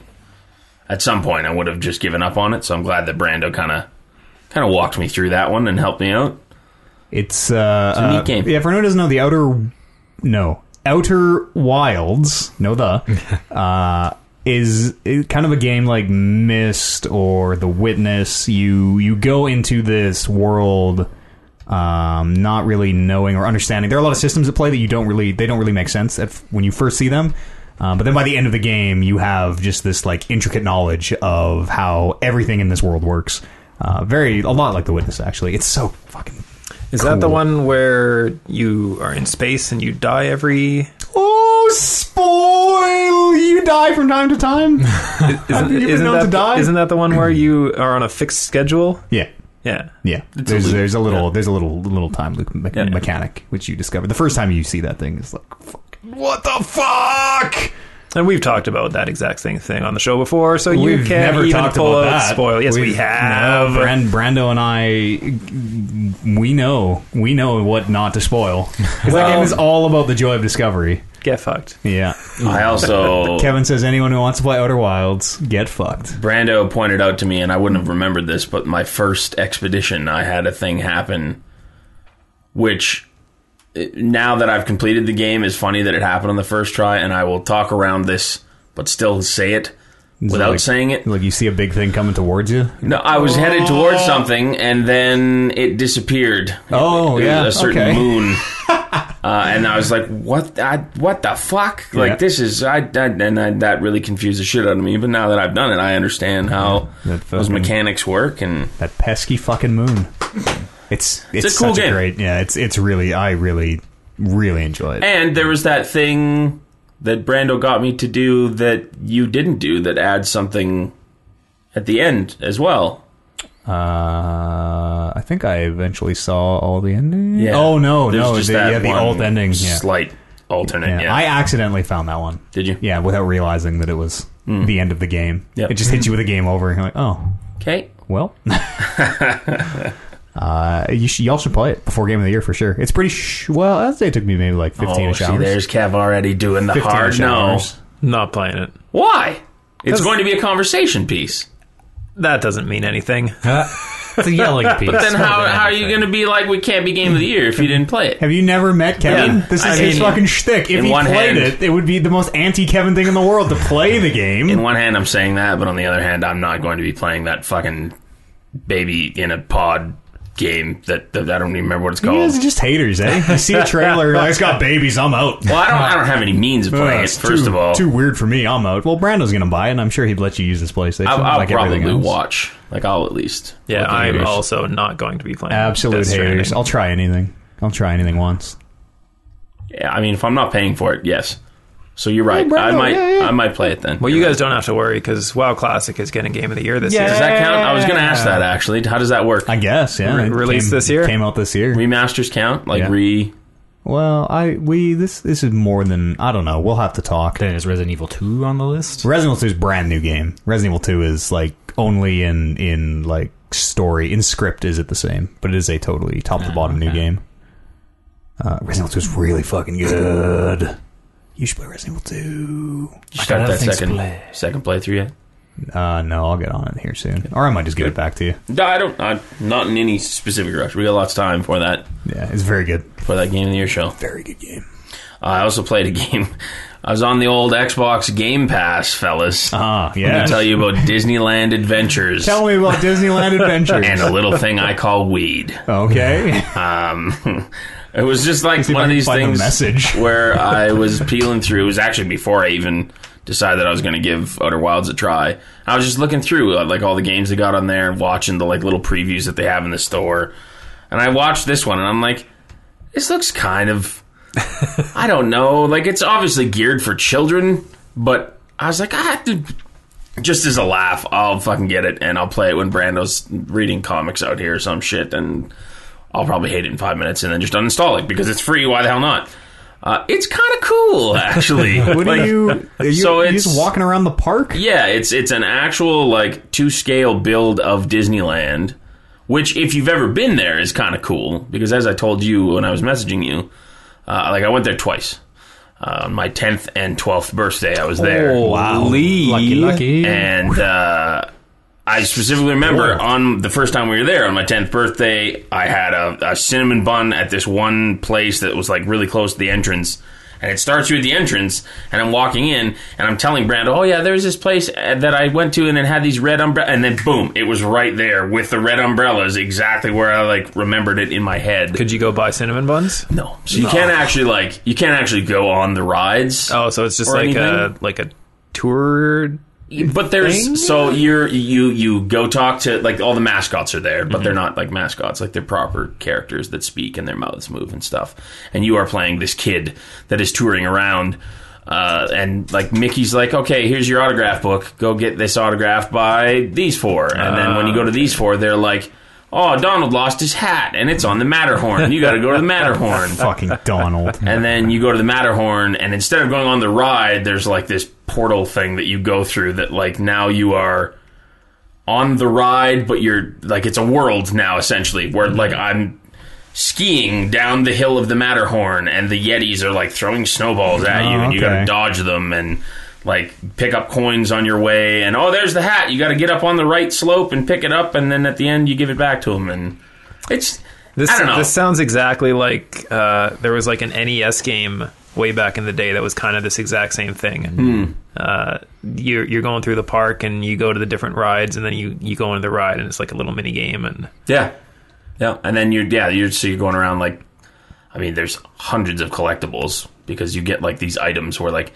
At some point, I would have just given up on it. So I'm glad that Brando kind of kind of walked me through that one and helped me (laughs) out. It's uh, a neat uh, game. Yeah, for anyone who doesn't know, the outer no outer wilds no (laughs) the uh, is is kind of a game like Mist or The Witness. You you go into this world. Um, not really knowing or understanding. There are a lot of systems at play that you don't really they don't really make sense at, when you first see them. Um, but then by the end of the game, you have just this like intricate knowledge of how everything in this world works. Uh, very a lot like The Witness actually. It's so fucking Is that the Cool. one where you are in space and you die every? Oh, spoil! You die from time to time. Isn't, you been isn't known that to the- die? Isn't that the one where you are on a fixed schedule? (laughs) yeah, Yeah. yeah. There's, there's a little there's a little little time loop me- mechanic which you discover the first time you see that thing. It's like fuck. what the fuck? And we've talked about that exact same thing on the show before, so you We've can't never even talked pull about out that. spoil. Yes, we We've- have. No, Brand, Brando and I, we know, we know what not to spoil. (laughs) 'Cause that Well- game is all about the joy of discovery. Get fucked. Yeah. I also Kevin says anyone who wants to play Outer Wilds get fucked. Brando pointed out to me, and I wouldn't have remembered this, but my first expedition, I had a thing happen, which eh, now that I've completed the game, is funny that it happened on the first try, and I will talk around this, but still say it without like- saying it. Like you see a big thing coming towards you. No, I was headed towards something, and then it disappeared. Oh, It was yeah, a certain okay. (laughs) moon. Uh, and I was like, "What? I, what the fuck? Like Yeah. this is I, I and I, that really confused the shit out of me. But now that I've done it, I understand how that those fucking- mechanics work. And That pesky fucking moon. It's it's, a cool such game. A great, yeah, it's it's really I really really enjoy it. and there was that thing that Brando got me to do that you didn't do that adds something at the end as well. Uh, I think I eventually saw all the endings. Yeah. Oh no, There's no, just the, that yeah, the one alt ending. Yeah. slight alternate. yeah. Yeah, I accidentally found that one. did you? Hmm. Yeah, without realizing that it was the end of the game. Yep. It just hits you with a game over, and you're like, oh, Okay. (laughs) well. (laughs) uh, you should, y'all should play it before Game of the Year for sure. It's pretty sh- well. I'd say it took me maybe like 15 oh, ish hours. See, there's Kev already doing the 15 hard no. hours. Not playing it. Why? It's 'Cause- going to be a conversation piece. That doesn't mean anything. It's (laughs) a yelling piece. But then how, Totally how are you anything. going to be like, we can't be game of the year if you didn't play it? Have you never met Kevin? Yeah. This is I his mean, fucking shtick. If in he one played hand- it, it would be the most anti-Kevin thing in the world to play the game. In one hand, I'm saying that, but on the other hand, I'm not going to be playing that fucking baby in a pod game that, that I don't even remember what it's You called. guys are just haters, eh? You see a trailer, (laughs) you're like, it's got babies, I'm out. Well, I don't, I don't have any means of playing Uh, it, it's first too, of all. Too weird for me, I'm out. Well, Brando's going to buy it, and I'm sure he'd let you use his PlayStation. I'll, I'll like everything probably else. watch. Like, I'll at least. Yeah, look at I'm yours. also not going to be playing. Absolute Death Stranding. haters. I'll try anything. I'll try anything once. Yeah, I mean, if I'm not paying for it, yes. So you're right. Brando, I might yeah, yeah. I might play it then. Well, you guys don't have to worry because WoW Classic is getting Game of the Year this Yeah. Does year. that count? I was going to ask that, actually. How does that work? I guess, yeah. Re- It released came- this year? Came out this year. remasters count like Yeah. re Well, I we this this is more than I don't know. We'll have to talk. Then is Resident Evil 2 on the list? Resident Evil 2 is a brand new game. Resident Evil 2 is like only in in like story in script is it the same, but it is a totally top to bottom new game. Uh, Resident Evil 2 is really fucking good. You should play Resident Evil start got that things second play. second playthrough 2. Uh, no, I'll get on it here soon, or I might just give it back to you. yet. No, I don't. I'm not in any specific rush. We got lots of time for that Yeah, it's very good, for that game of the year show. Uh, very good game. I also played a (laughs) game. I was on the old Xbox Game Pass, fellas. Ah, Let yeah. me tell (laughs) you about Disneyland Adventures Tell me about (laughs) Disneyland and Adventures. a little thing I call weed. (laughs) okay, Um, (laughs) it was just like See if one I of can these find the things message. (laughs) (laughs) where I was peeling through. It was actually before I even decided that I was going to give Outer Wilds a try. I was just looking through uh, like all the games they got on there, watching the like little previews that they have in the store, and I watched this one, and I'm like, this looks kind of, I don't know, like it's obviously geared for children, but I was like, ah. Dude, just as a laugh, I'll fucking get it and I'll play it when Brando's reading comics out here or some shit, and I'll probably hate it in five minutes and then just uninstall it because it's free. Why the hell not? Uh, it's kind of cool, actually. (laughs) what Like, are you? Are you, So you it's- just walking around the park? Yeah, it's it's an actual like two scale build of Disneyland, which if you've ever been there is kind of cool because as I told you when I was messaging you, uh, like I went there twice. Uh, on my 10th and 12th birthday, I was there Lee. Lucky, lucky. and uh, I specifically remember on the first time we were there on my tenth birthday, I had a, a cinnamon bun at this one place that was like really close to the entrance. And it starts you at the entrance, and I'm walking in, and I'm telling Brand, "Oh yeah, there's this place uh, that I went to, and it had these red umbrellas." And then boom, it was right there with the red umbrellas, exactly where I like remembered it in my head. Could you go buy cinnamon buns? no, so you can't actually like you can't actually go on the rides. Oh, so it's just Or like a anything? like a tour. But there's so you're you you go talk to like all the mascots are there, but they're not like mascots, like they're proper characters that speak and their mouths move and stuff. And you are playing this kid that is touring around, uh, and like Mickey's like, okay, here's your autograph book. Go get this autograph by these four, and then when you go to these four, they're like. oh, Donald lost his hat and it's on the Matterhorn. You got to go to the Matterhorn. Fucking Donald. And then you go to the Matterhorn, and instead of going on the ride, there's like this portal thing that you go through that, like, now you are on the ride, but you're like, it's a world now, essentially, where like I'm skiing down the hill of the Matterhorn, and the Yetis are like throwing snowballs at you, Oh, and you gotta okay. dodge them and like pick up coins on your way. And oh, there's the hat. You gotta get up on the right slope and pick it up, and then at the end, you give it back to them. And it's. This, I don't know. this sounds exactly like uh, there was like an NES game way back in the day that was kind of this exact same thing. Hmm. Uh, you're you're going through the park and you go to the different rides and then you, you go into the ride and it's like a little mini game and Yeah, yeah, and then you're yeah you're so you're going around like, I mean, there's hundreds of collectibles because you get like these items where like,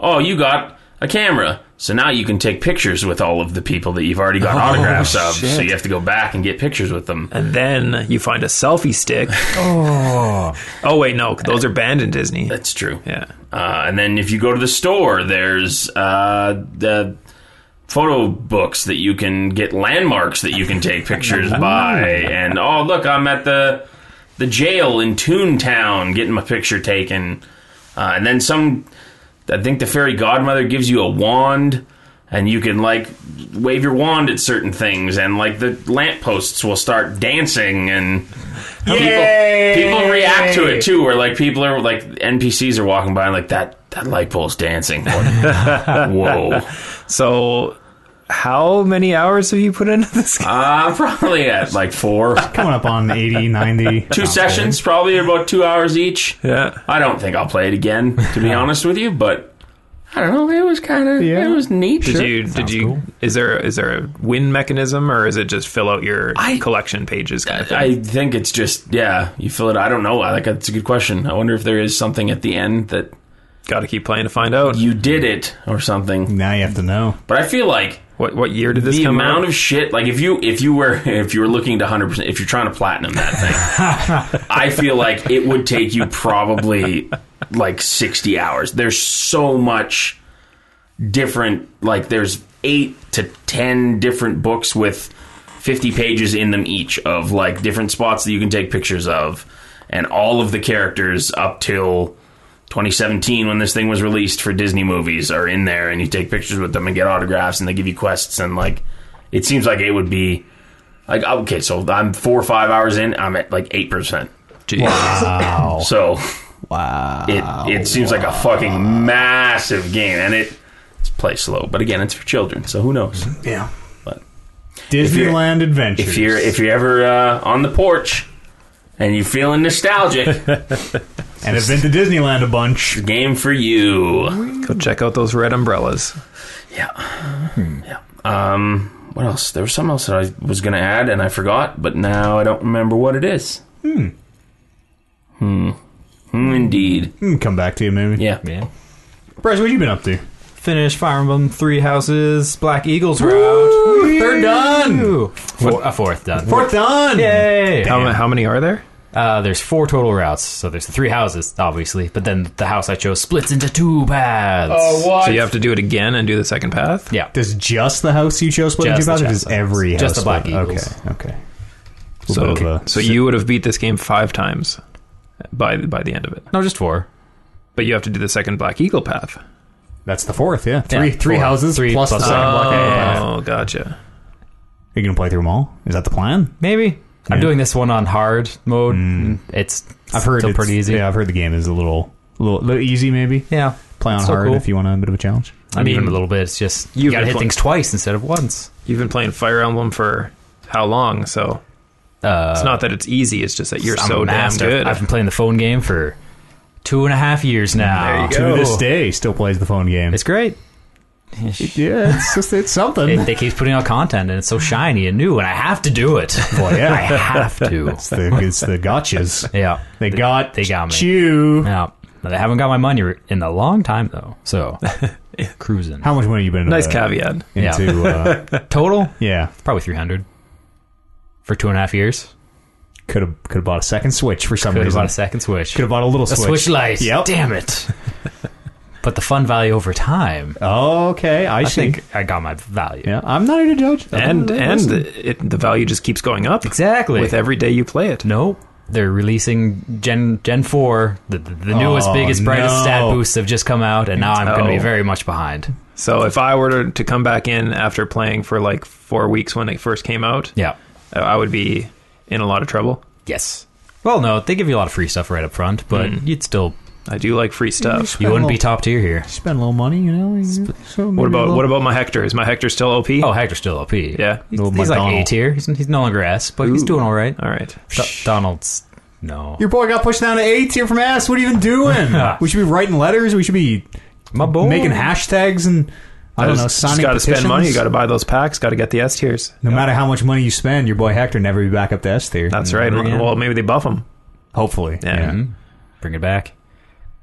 oh, you got a camera, so now you can take pictures with all of the people that you've already got autographs of. So you have to go back and get pictures with them. and then you find a (laughs) selfie stick. Oh, oh wait, no, those are banned in Disney. That's true. Yeah, Uh, and then if you go to the store, there's uh, the photo books that you can get landmarks that you can take pictures by. And oh, look, I'm at the the jail in Toontown getting my picture taken. Uh, and then some, I think the fairy godmother gives you a wand. And you can like wave your wand at certain things, and like the lampposts will start dancing, and people people react to it too where like people are like npcs are walking by and like that that light pole's (laughs) dancing whoa So, how many hours have you put into this? Game? uh probably at like (laughs) four coming up on 80, 90. (laughs) two sessions probably about two hours each Yeah, i don't think i'll play it again to (laughs) be honest with you but i don't know it was kind of Yeah. it was neat did you? Did Sounds you? cool. Is there is there a win mechanism or is it just fill out your I- collection pages kind of thing? I think it's just yeah. You fill it. I don't know. I like that's a good question. I wonder if there is something at the end that Got to keep playing to find out. you did it or something. Now you have to know. But I feel like What what year did this the come amount out? of shit like if you if you were (laughs) if you were looking to 100% if you're trying to platinum that thing (laughs) i feel like it would take you probably like 60 hours there's so much different like there's 8 to 10 different books with 50 pages in them each of like different spots that you can take pictures of and all of the characters up till 2017 when this thing was released for Disney movies are in there and you take pictures with them and get autographs and they give you quests and like it seems like it would be like okay so I'm 4 or 5 hours in I'm at like 8%. Wow. (laughs) So Wow. it it seems like a fucking massive game and it it's play slow but again it's for children so who knows. Yeah. But- Disneyland Adventures. If you're if you're ever uh, on the porch and you're feeling nostalgic, (laughs) and have been to Disneyland a bunch. game for you. Go check out those red umbrellas. Um, what else? There was something else that I was going to add and I forgot, but now I don't remember what it is. Hmm. Hmm. Hmm. Indeed. Hmm, Come back to you, maybe. Yeah. Man. Bryce, what you been up to? Finished Fire Emblem Three Houses Black Eagles route. Third done. Four, a fourth done. Fourth done. Yay! How, ma- how many are there? Uh, there's four total routes, so there's the three houses, obviously, but then the house I chose splits into two paths. Oh, So you have to do it again and do the second path. Yeah. Does just the house you chose split Just into the two paths, or does just the house. every Just house the Black split? Eagles. Okay. Okay. A So little bit of a- so you would have beat this game five times by by the end of it. No, just four. But you have to do the second Black Eagle path. That's the fourth, yeah. Three, Yeah, three four. houses Three plus, plus the the- second block. Are Oh, gotcha. you gonna play through them all? Is that the plan? Maybe. I'm Yeah. doing this one on hard mode. and It's I've heard still it's pretty easy. Yeah, I've heard the game is a little, little, little easy. Maybe Yeah. play on Still hard cool. if you want a bit of a challenge. I mean, mean, even a little bit. It's just you you've gotta been hit pl- things twice instead of once. You've been playing Fire Emblem for how long? So Uh, it's not that it's easy. It's just that you're I'm so damn a master. good. I've been playing the phone game for two and a half years now. There you go. Ah, To this day, still plays the phone game. It's great. yeah, it's just it's something. It, they keep putting out content, and it's so shiny and new, and I have to do it. Well, (laughs) I yeah, have to. it's the, it's the (laughs) gotchas. Yeah. They got they got me. you. Yeah. But I haven't got my money re- in a long time though. So cruising. How much money you been into uh, nice the- caveat. Yeah. into? (laughs) Yeah, uh, total? yeah. Probably three hundred for two and a half years. could have could have bought a second switch for some Could have reason. bought a second Switch. Could have bought a little a switch. Switch Lite. Yep. Damn it. but the fun value over time. Okay, I, I see. think (laughs) I got my value. yeah, I'm not here to judge. though. and Listen. and it, the value just keeps going up Exactly. with every day you play it. Nope. They're releasing Gen Gen Four. The, the, the newest, Oh, biggest, brightest stat no. boosts have just come out, and now I'm going to Oh. be very much behind. So if I were to, to come back in after playing for like four weeks when it first came out, Yeah. uh, I would be in a lot of trouble. Yes. Well, no, they give you a lot of free stuff right up front, but you'd still I do like free stuff. you wouldn't be top tier here. Spend a little money, you know. you- So What about what about my Hector? Is my Hector still OP? Oh, Hector's still OP. Yeah. he's, Little he's like McDonald. A tier. He's, he's no longer S, but he's Ooh. doing all right. All right. Do- Donald's no. Your boy got pushed down to eight tier from ass. What are you even (laughs) doing? we should be writing letters. We should be My boy making hashtags and I don't know. Oh. Just- Signing just got to spend petitions. money. You got to buy those packs. Got to get the S tiers. No matter how much money you spend, your boy Hector never be back up to S tier. That's right. Never again. Well, maybe they buff them. Hopefully, Yeah. Mhm. Bring it back.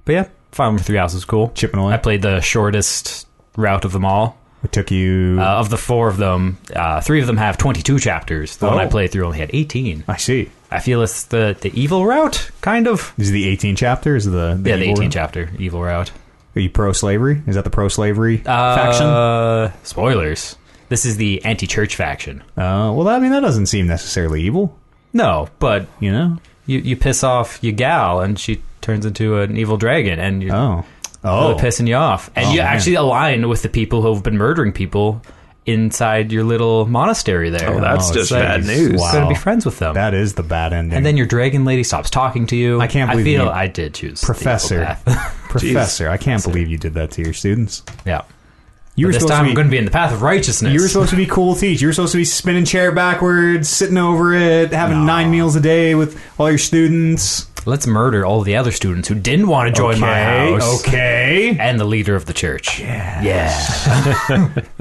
But yeah, Fire Emblem Three Houses was cool. Chipping away. I played the shortest route of them all. It took you. Uh, of the four of them, uh, three of them have 22 chapters. The one I Oh. played through only had 18. I see. I feel it's the, the evil route, kind of. Is it the 18 chapter? Is it the, the yeah, the evil 18 room? chapter evil route. Are you pro slavery? Is that the pro slavery faction? Uh, Uh, spoilers. This is the anti-church faction. Uh, well, I mean that doesn't seem necessarily evil, No, but you know. you, you piss off your gal and she turns into an evil dragon and you're Oh, oh, really pissing you off. And Oh, you man. actually align with the people who have been murdering people inside your little monastery there. Oh, that's Oh, just geez. bad news. Wow. going to be friends with them. that is the bad ending. and then your dragon lady stops talking to you. I can't I believe feel you- I did choose the evil Professor, path. (laughs) professor, I can't believe you did that to your students. yeah. You were this supposed time to I'm be. going to be in the path of righteousness. you were supposed to be cool teach. You were supposed to be spinning chair backwards, sitting over it, having nine meals a day with all your students. Let's murder all the other students who didn't want to join my Okay, house. Okay. And the leader of the church. Oh, Yeah. Yeah.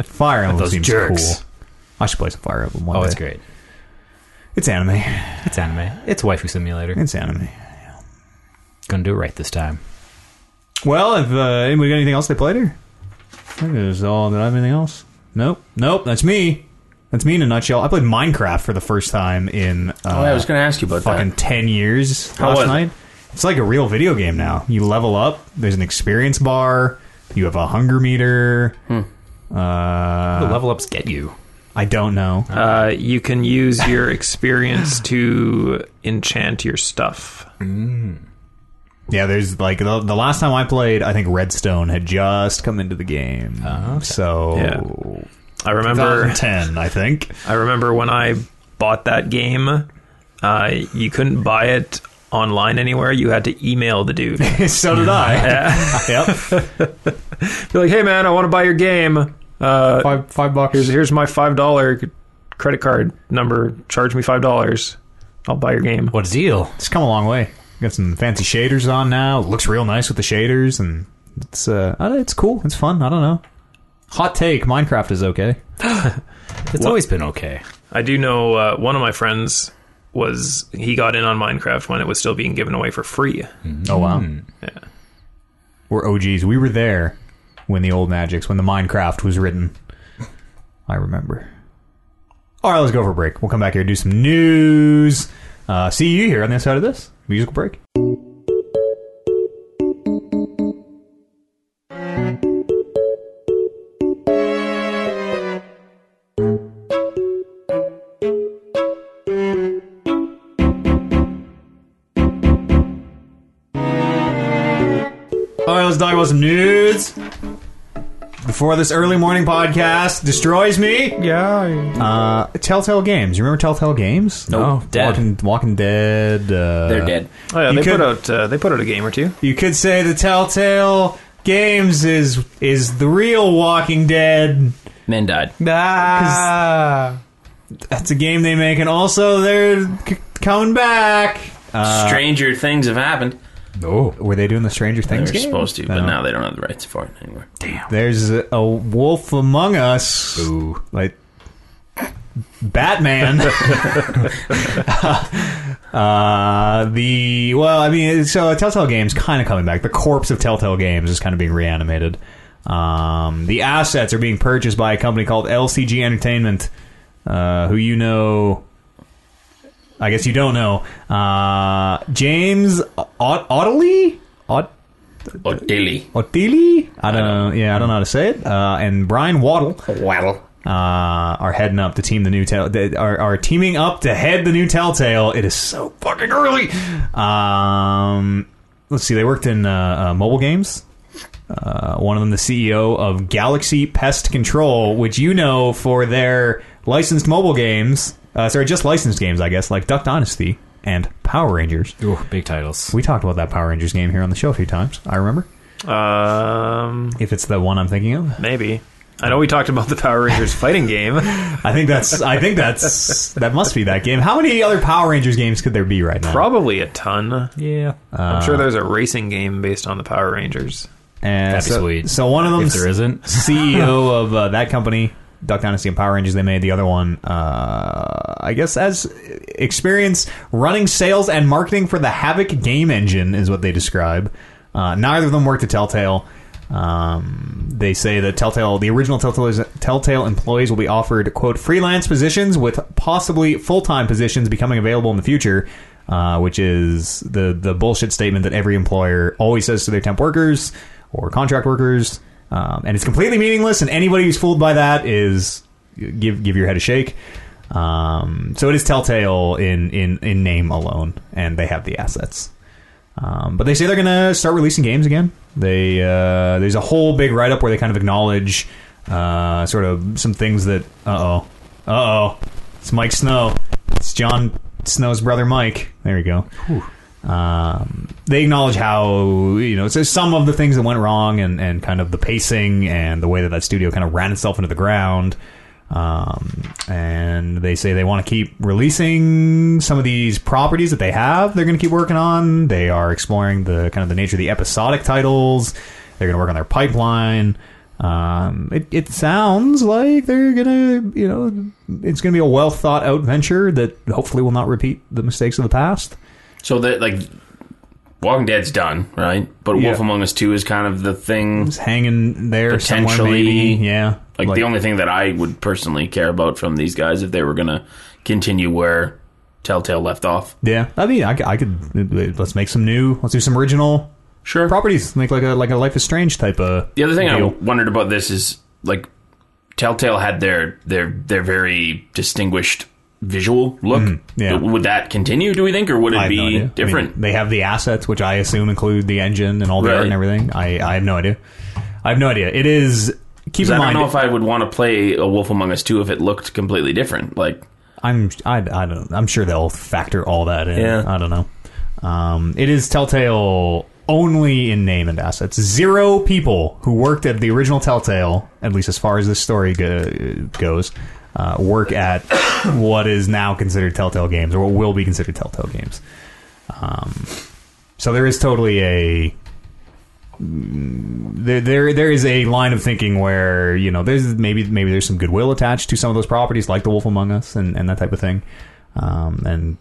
Fire Emblem Those seems jerks. cool. I should play some Fire Emblem one Oh, day. it's great. It's anime. It's anime. It's waifu simulator. It's anime. Gonna do it right this time. Well, if uh, anybody got anything else they played here, I think that is all. Did I have anything else? Nope. Nope. That's me. That's me in a nutshell. I played Minecraft for the first time in uh, Oh, yeah, I was going to ask you about fucking that. ten years How last was it? night. It's like a real video game now. You level up. There's an experience bar. You have a hunger meter. Hmm. The Uh, level ups get you. I don't know. Uh, you can use your (laughs) experience to enchant your stuff. Yeah, there's like the, the last time I played, I think Redstone had just come into the game. Oh, So Yeah. Oh. I remember. 2010, I think. I remember when I bought that game. Uh, you couldn't buy it online anywhere. You had to email the (laughs) dude. so did I. (laughs) yep. Be like, hey man, I want to buy your game. Uh, Five five bucks. here's here's my five dollar credit card number. Charge me five dollars. I'll buy your game. What a deal. It's come a long way. Got some fancy shaders on now. It looks real nice with the shaders, and it's uh, I don't- it's cool. It's fun. I don't know. Hot take: Minecraft is okay. It's always been okay. I do know uh, one of my friends was he got in on Minecraft when it was still being given away for free. Oh wow. We're OGs. We were there when the old magics, when the Minecraft was written. I remember. All right, let's go for a break. We'll come back here do some news. Uh, see you here on the other side of this musical break. All right, let's talk about some nudes. Before this early morning podcast destroys me, Yeah. uh, Telltale Games. You remember Telltale Games? No, dead. Walking, Walking Dead. Uh, They're dead. Oh yeah, You they could- put out uh, they put out a game or two. You could say the Telltale Games is is the real Walking Dead. Men died. Uh, Ah. That's a game they make, and also they're c- coming back. Uh, Stranger things have happened. No. Were they doing the Stranger They were Things? game? Oh. supposed to, but No. now they don't have the rights for it anymore. There's a, a wolf among us. Ooh. like Batman. (laughs) uh, the well, I mean, so Telltale Games kind of coming back. The corpse of Telltale Games is kind of being reanimated. Um, the assets are being purchased by a company called LCG Entertainment, uh, who you know. I guess you don't know. Uh, James Aut- Autley? Aut- O'Daly. Otili? I don't know. Yeah, I don't know how to say it. Uh, and Brian Waddle Waddle. uh, are heading up to team the new tell. They are, are teaming up to head the new Telltale. It is so fucking early. Um, let's see. They worked in uh, uh, mobile games. Uh, one of them, the CEO of Galaxy Pest Control, which you know for their licensed mobile games. Uh, sorry, just licensed games, I guess, like Duck Dynasty and Power Rangers. Ooh, big titles. We talked about that Power Rangers game here on the show a few times. I remember. Um, If it's the one I'm thinking of, maybe. I know we talked about the Power Rangers fighting (laughs) game. I think that's. I think that's. That must be that game. How many other Power Rangers games could there be right now? Probably a ton. Yeah. I'm sure there's a racing game based on the Power Rangers. And That'd be so, sweet. So one of them if there isn't, CEO of uh, that company, Duck Dynasty and Power Rangers. They made the other one. Uh, I guess as experience running sales and marketing for the Havoc game engine is what they describe. Uh, neither of them worked at Telltale. Um, they say that Telltale, the original Telltale, Telltale employees will be offered quote freelance positions with possibly full time positions becoming available in the future. Uh, which is the the bullshit statement that every employer always says to their temp workers or contract workers, um, and it's completely meaningless. And anybody who's fooled by that is give give your head a shake. Um, so it is Telltale in in in name alone, and they have the assets. Um, but they say they're going to start releasing games again. They uh, there's a whole big write up where they kind of acknowledge uh, sort of some things that uh oh uh oh it's Mike Snow it's John Snow's brother Mike there we go um, they acknowledge how you know so some of the things that went wrong and, and kind of the pacing and the way that that studio kind of ran itself into the ground um, and they say they want to keep releasing some of these properties that they have they're going to keep working on they are exploring the kind of the nature of the episodic titles they're going to work on their pipeline um, it, it sounds like they're gonna, you know, it's gonna be a well thought out venture that hopefully will not repeat the mistakes of the past. So that like Walking Dead's done, right? But Wolf Yeah. Among Us Two is kind of the thing. It's hanging there somewhere, Potentially. maybe. Yeah. Like, the only thing that I would personally care about from these guys if they were gonna continue where Telltale left off. Yeah. I mean, I, c- I could uh, let's make some new. Let's do some original Sure. properties. Make like a like a Life is Strange type of. The other thing I deal. wondered about this is like Telltale had their their their very distinguished visual look. Mm, yeah. Would that continue? Do we think, or would it I have no be idea. I mean, different? they have the assets, which I assume include the engine and all the Right. art and everything. I I have no idea. I have no idea. It is. Keep 'Cause in I mind, don't know if I would want to play a Wolf Among Us Two if it looked completely different. Like I'm I, I don't I'm sure they'll factor all that in. Yeah. I don't know. Um, it is Telltale only in name and assets. Zero people who worked at the original Telltale, at least as far as this story go, goes, uh, work at (coughs) what is now considered Telltale Games or what will be considered Telltale Games. Um, so there is totally a there, there there is a line of thinking where you know there's maybe maybe there's some goodwill attached to some of those properties like the Wolf Among Us and, and that type of thing, um, and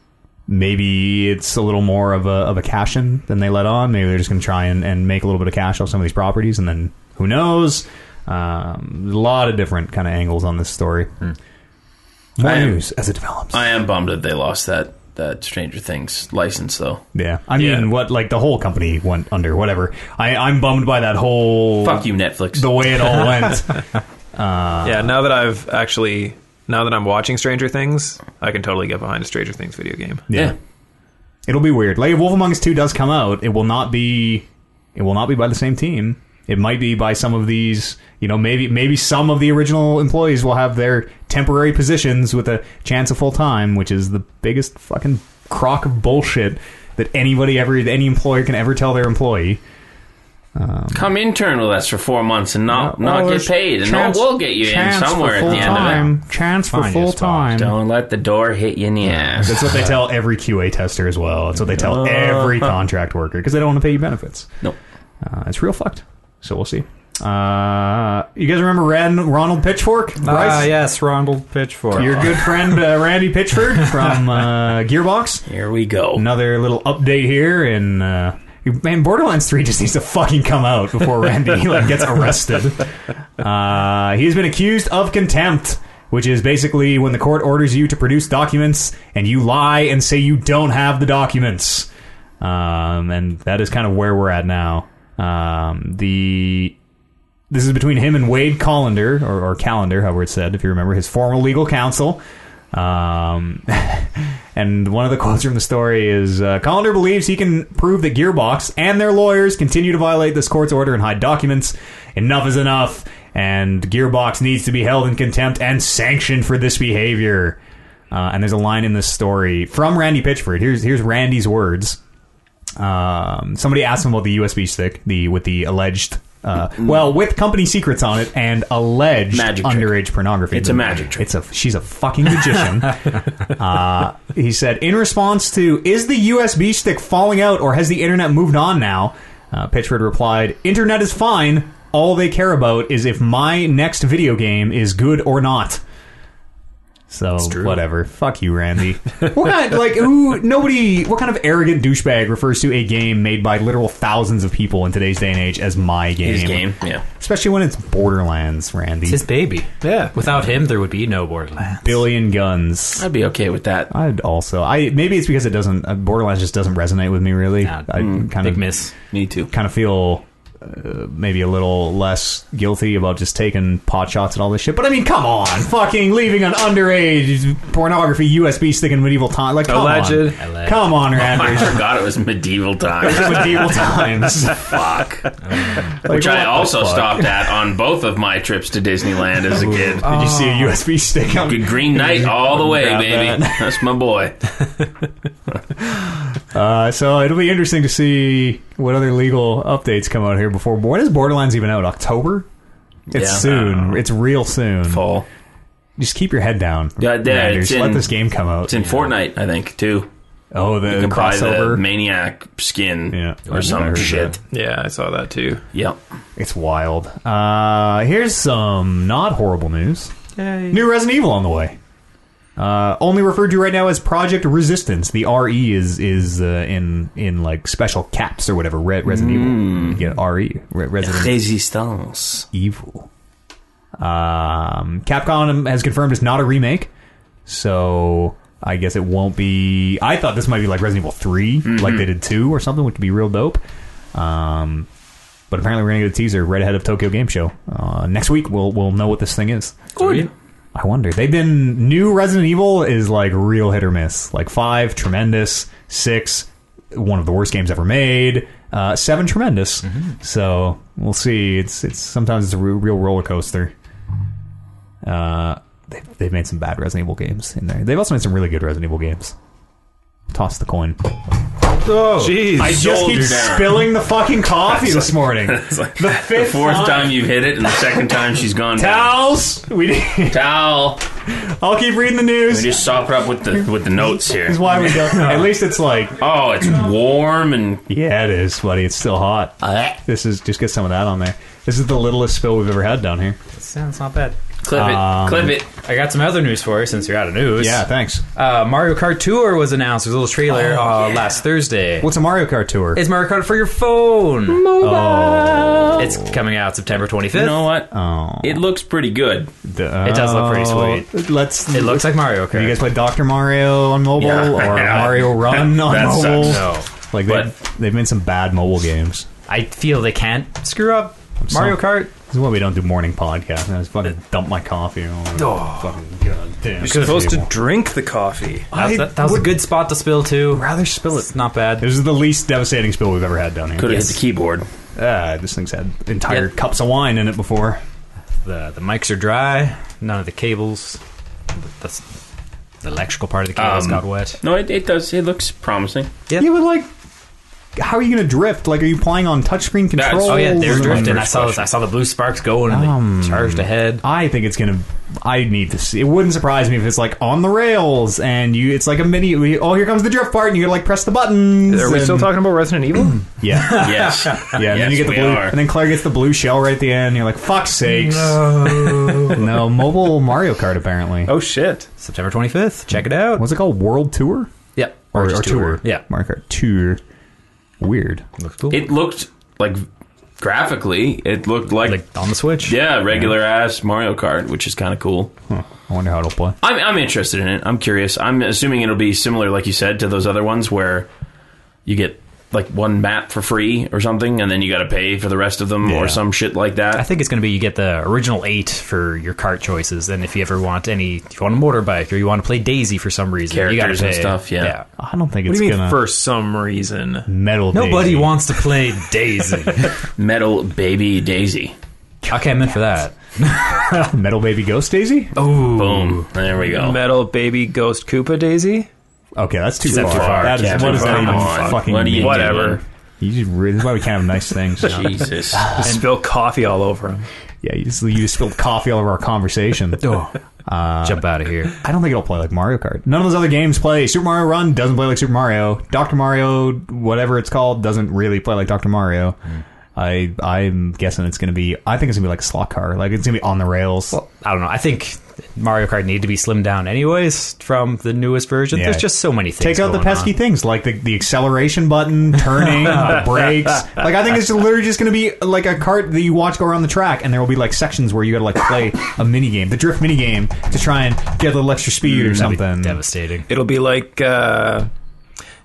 maybe it's a little more of a of a cash in than they let on. Maybe they're just going to try and, and make a little bit of cash off some of these properties, and then who knows? Um, a lot of different kind of angles on this story. More Hmm. I am- news as it develops. I am bummed that they lost that that Stranger Things license though. yeah, I mean, Yeah. what like the whole company went under. Whatever. I I'm bummed by that whole Fuck you, Netflix. the way it all (laughs) went. yeah, now that I've actually, now that I'm watching Stranger Things, I can totally get behind a Stranger Things video game. yeah. It'll be weird. Like if Wolf Among Us Two does come out, it will not be it will not be by the same team. It might be by some of these, you know, maybe maybe some of the original employees will have their temporary positions with a chance of full time, which is the biggest fucking crock of bullshit that anybody ever any employer can ever tell their employee. Come intern with us for four months and not Oh, not get there's paid, and chance- we'll get you in chance for somewhere at the full end of time, Chance for Find your full spot. time. it. Don't let the door hit you in the ass. That's what they tell every QA tester as well. That's what they tell every contract worker because they don't want to pay you benefits. Nope. Uh, it's real fucked. So we'll see. Uh, you guys remember Ran- Ronald Pitchfork? Ah, Bryce? yes, Ronald Pitchfork. Your good friend uh, Randy Pitchford from uh, Gearbox. Here we go. Another little update here, and uh, man, Borderlands Three just needs to fucking come out before Randy like gets arrested. Uh, he's been accused of contempt, which is basically when the court orders you to produce documents and you lie and say you don't have the documents. Um, and that is kind of where we're at now. Um, the this is between him and Wade Collender or, or Calendar, however it's said, if you remember his former legal counsel. Um, (laughs) and one of the quotes from the story is uh, Collender believes he can prove that Gearbox and their lawyers continue to violate this court's order and hide documents. Enough is enough, and Gearbox needs to be held in contempt and sanctioned for this behavior. Uh, and there's a line in this story from Randy Pitchford. Here's here's Randy's words. Um, somebody asked him about the USB stick, the with the alleged, uh, well, with company secrets on it and alleged Mm. Magic trick. underage pornography. It's a magic trick. It's a she's a fucking (laughs) magician. uh, he said in response to is the USB stick falling out or has the internet moved on now? Uh, Pitchford replied, "Internet is fine. All they care about is if my next video game is good or not." So whatever. Fuck you, Randy. what kind like who nobody what kind of arrogant douchebag refers to a game made by literal thousands of people in today's day and age as my game? His game, yeah. Especially when it's Borderlands, Randy. It's his baby. Yeah. Without him, there would be no Borderlands. billion guns. I'd be okay with that. I'd also I maybe it's because it doesn't uh, Borderlands just doesn't resonate with me really. Nah, I kind mm, Big of miss. (laughs) Me too. kind of feel uh, maybe a little less guilty about just taking pot shots and all this shit. But I mean, come on, fucking leaving an underage pornography USB stick in medieval time, like come Alleged. on, Alleged. come (laughs) on, I Randers. forgot it was (laughs) medieval times. medieval (laughs) times, Fuck. Like, Which what I the also fuck? stopped at on both of my trips to Disneyland as a kid. Did you Oh. see a USB stick? on- Good Green Knight all the way, Oh. Grab baby. that. (laughs) That's my boy. Uh, so it'll be interesting to see what other legal updates come out here before. When is Borderlands even out? October? It's Yeah. soon. It's real soon. Paul. Just keep your head down. Yeah, yeah, Randers. it's in- Let this game come out. It's in Fortnite, I think, too. oh, the You can buy the crossover. maniac skin Yeah. or I some heard shit. that. Yeah, I saw that too. Yep. It's wild. Uh, here's some not horrible news. New Resident Evil on the way. Uh, only referred to right now as Project Resistance. The RE is is uh, in in like special caps or whatever. Re- Resident Hmm. Evil. You get RE. Re- Resident Resistance. Evil. Um, Capcom has confirmed it's not a remake, so I guess it won't be. I thought this might be like Resident Evil 3 like they did two or something, which would be real dope. Um, but apparently, we're gonna get a teaser right ahead of Tokyo Game Show uh, next week. We'll we'll know what this thing is. Good. I wonder. They've been new Resident Evil is like real hit or miss. Like five, tremendous. Six, one of the worst games ever made. Uh, seven, tremendous. Mm-hmm. So we'll see. It's it's sometimes it's a re- real roller coaster. Uh, they, they've made some bad Resident Evil games in there. They've also made some really good Resident Evil games. Toss the coin. Oh, Jeez. I Just sold keep you down. spilling the fucking coffee this morning. (laughs) It's like The the, fifth fourth time. time. you've hit it, and the second time she's gone. down. Towels. We. (laughs) Need, Towel. I'll keep reading the We news. just soften up with the with the notes here. Is (laughs) why we don't. At least it's like Oh, it's warm and Yeah, it is, buddy. It's still hot. Uh, This is just get some of that on there. This is the littlest spill we've ever had down here. Sounds not bad. clip it, clip it. I got some other news for you since you're out of news. Yeah, thanks. Uh, Mario Kart Tour was announced. There's a little trailer uh, last Thursday. What's a Mario Kart tour? It's Mario Kart for your phone. oh, It's coming out September 25th. You know what? oh, It looks pretty good. it does look pretty sweet. Uh, Let's. it looks like Mario Kart. You guys play Doctor Mario on mobile Yeah. or Mario Run on That sucks. mobile? no. Like But- they've, they've made some bad mobile games. I feel they can't screw up Mario Kart. This is why we don't do morning podcast. I just fucking dump my coffee. on Oh. fucking goddamn. You're supposed to drink the coffee. That was, I that, was a would good spot to spill too. rather spill it. It's not bad. This is the least devastating spill we've ever had down here. Could have Yes. hit the keyboard. Ah, this thing's had entire Yeah. cups of wine in it before. The the mics are dry. None of the cables. The, the electrical part of the cables Um, got wet. No, it, it does. It looks promising. Yeah, but like, how are you going to drift? Like, are you playing on touchscreen That's- controls? Oh yeah, they were and- drifting. I saw this. I saw the blue sparks going. and Um, they charged ahead. I think it's going to. I need to see. It wouldn't surprise me if it's like on the rails and you. It's like a mini. we- Oh, here comes the drift part, and you gotta like press the buttons. Are we and- still talking about Resident Evil? Yeah, (laughs) Yes. yeah. and then you Yes, get the we blue, are. and then Claire gets the blue shell right at the end. And you're like, fuck sakes. (laughs) no, mobile Mario Kart apparently. (clears throat) oh shit. September 25th. Check it out. What's it called? World Tour Yep. or, Orange or tour? Yeah. Mario Kart Tour. Weird. Looks (laughs) cool. it looked like graphically. It looked like, like on the Switch. yeah, regular ass Mario Kart, which is kind of cool. I wonder how it'll play. I'm, I'm interested in it. I'm curious. I'm assuming it'll be similar, like you said, to those other ones where you get like one map for free or something, and then you got to pay for the rest of them Yeah. or some shit like that. I think it's going to be you get the original eight for your cart choices, and if you ever want any, if you want a motorbike or you want to play Daisy for some reason, you gotta Characters and pay. stuff, yeah. I don't think What it's do you mean gonna for some reason? metal. Nobody Daisy. wants to play (laughs) Daisy. Metal Baby Daisy. okay, I meant for that. metal baby ghost Daisy. Oh, Boom. There we go. Metal baby ghost Koopa Daisy? okay, that's too Is that far. too far? That is, Yeah, what does that come even on. fucking What do you mean? do? Whatever. You just re- that's why we can't have nice things. you know? Jesus. Just spill coffee all over him. yeah, you just, you just spilled coffee all over our conversation. Jump out of here. I don't think it'll play like Mario Kart. None of those other games play. Super Mario Run doesn't play like Super Mario. Doctor Mario, whatever it's called, doesn't really play like Doctor Mario. I I'm guessing it's gonna be. I think it's gonna be like a slot car. Like it's gonna be on the rails. I don't know. I think Mario Kart need to be slimmed down anyways from the newest version. Yeah. There's just so many things. Take out the going pesky on. things like the, the acceleration button, (laughs) turning, the brakes. Like I think it's literally just going to be like a cart that you watch go around the track, and there will be like sections where you got to like play a mini game, the drift mini game, to try and get a little extra speed or Mm, That'd be something. devastating. It'll be like uh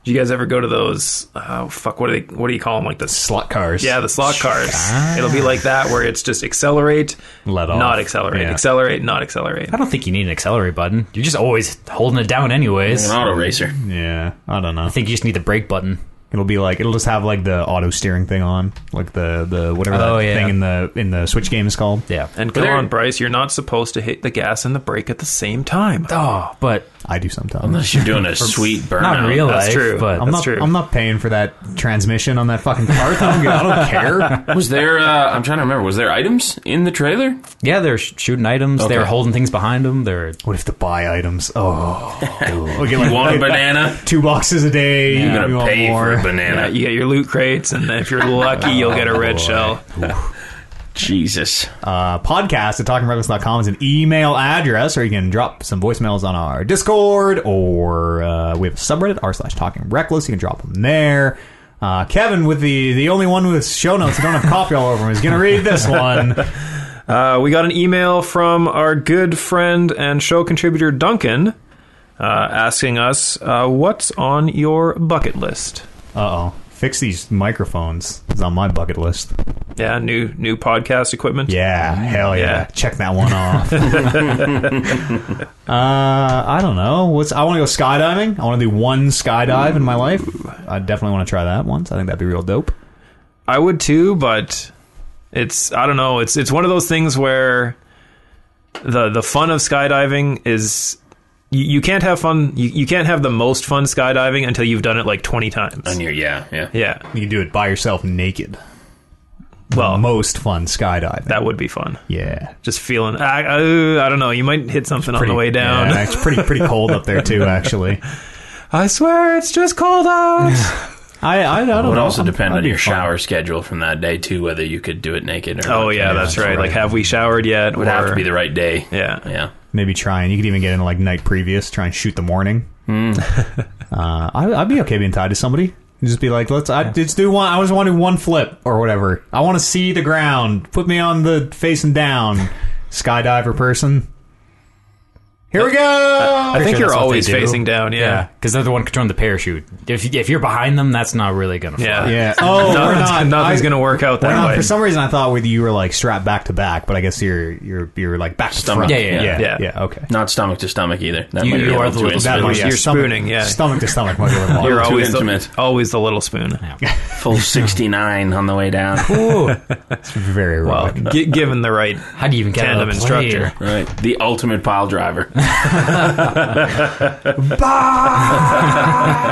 do you guys ever go to those oh fuck what do they what do you call them like the slot Slot cars. yeah the slot cars it'll be like that where it's just accelerate Let off. not accelerate Yeah. accelerate not accelerate I don't think you need an accelerate button. You're just always holding it down anyways. An I auto racer. Yeah, I don't know. think you just need the brake button. It'll be like it'll just have like the auto steering thing on, like the the whatever Oh, that yeah. thing in the in the Switch game is called. Yeah. and But come there- on Bryce you're not supposed to hit the gas and the brake at the same time Oh, but I do sometimes. Unless you're doing a sweet burnout. not real that's life. true. But I'm that's not. true. I'm not paying for that transmission on that fucking cart. I don't, I (laughs) don't care. Was there? Uh, I'm trying to remember. Was there items in the trailer? yeah, they're sh- shooting items. They're Okay. holding things behind them. They're What if the buy items? (laughs) Oh, we get like (laughs) You want a banana? two boxes a day. You're we gonna want pay more. for a Yeah, banana. you get your loot crates, and if you're lucky, you'll get a red shell. Jesus. Uh, podcast at talkingreckless.com is an email address, or you can drop some voicemails on our Discord, or uh, we have a subreddit r slash talking reckless. You can drop them there. Uh, Kevin, with the the only one with show notes that don't have coffee all over him, is going to read this (laughs) one. Uh, we got an email from our good friend and show contributor Duncan uh, asking us, uh, "What's on your bucket list?" Uh oh, fix these microphones. It's on my bucket list. Yeah, new new podcast equipment. Yeah, hell yeah. Yeah. Check that one (laughs) off. uh, I don't know. What's I want to go skydiving. I want to do one skydive in my life. I definitely want to try that once. I think that'd be real dope. I would too, but it's I don't know. It's it's one of those things where the the fun of skydiving is. You, you can't have fun. You, you can't have the most fun skydiving until you've done it like twenty times. On your yeah, yeah. Yeah. You can do it by yourself naked. Well, Most fun skydiving. that would be fun. yeah. just feeling I, I, I don't know you might hit something on the way down (laughs) Yeah, it's pretty pretty cold up there too, actually. i swear it's just cold out I I, I don't It would know. also I'm- depend I'd on be your fine. shower schedule from that day too, whether you could do it naked or not. oh yeah that's right like have we showered yet it would have to be the right day. yeah Yeah. Maybe try and you could even get in like night previous, try and shoot the morning. (laughs) uh, I, I'd be okay being tied to somebody. Just be like, let's I, let's do one. I just want to do one flip or whatever. I want to see the ground. Put me on the facing down skydiver person. Here we go. i think sure you're that's what they always do. facing down yeah because they're the one controlling the parachute. If if you're behind them, that's not really gonna. Fly. yeah, (laughs) yeah. Oh, we're Nothing's, not. nothing's I- gonna work out we're that not- way. For some reason, I thought with you were like strapped back to back, but I guess you're you're you're like back to Stomach. front. Yeah, yeah, yeah, yeah. yeah. Okay. Not stomach to stomach either. That You- might be you a are little the too little intimate. That might- yeah, You're stomach- spooning, yeah. Stomach to stomach. might be a little long. (laughs) You're too always the, intimate. always the little spoon. Full sixty nine on the way down. Ooh, (laughs) Very Well, erotic. gi- given (laughs) the right, how do you even get Tandem out of a plane? instructor. right. The ultimate pile driver. (laughs)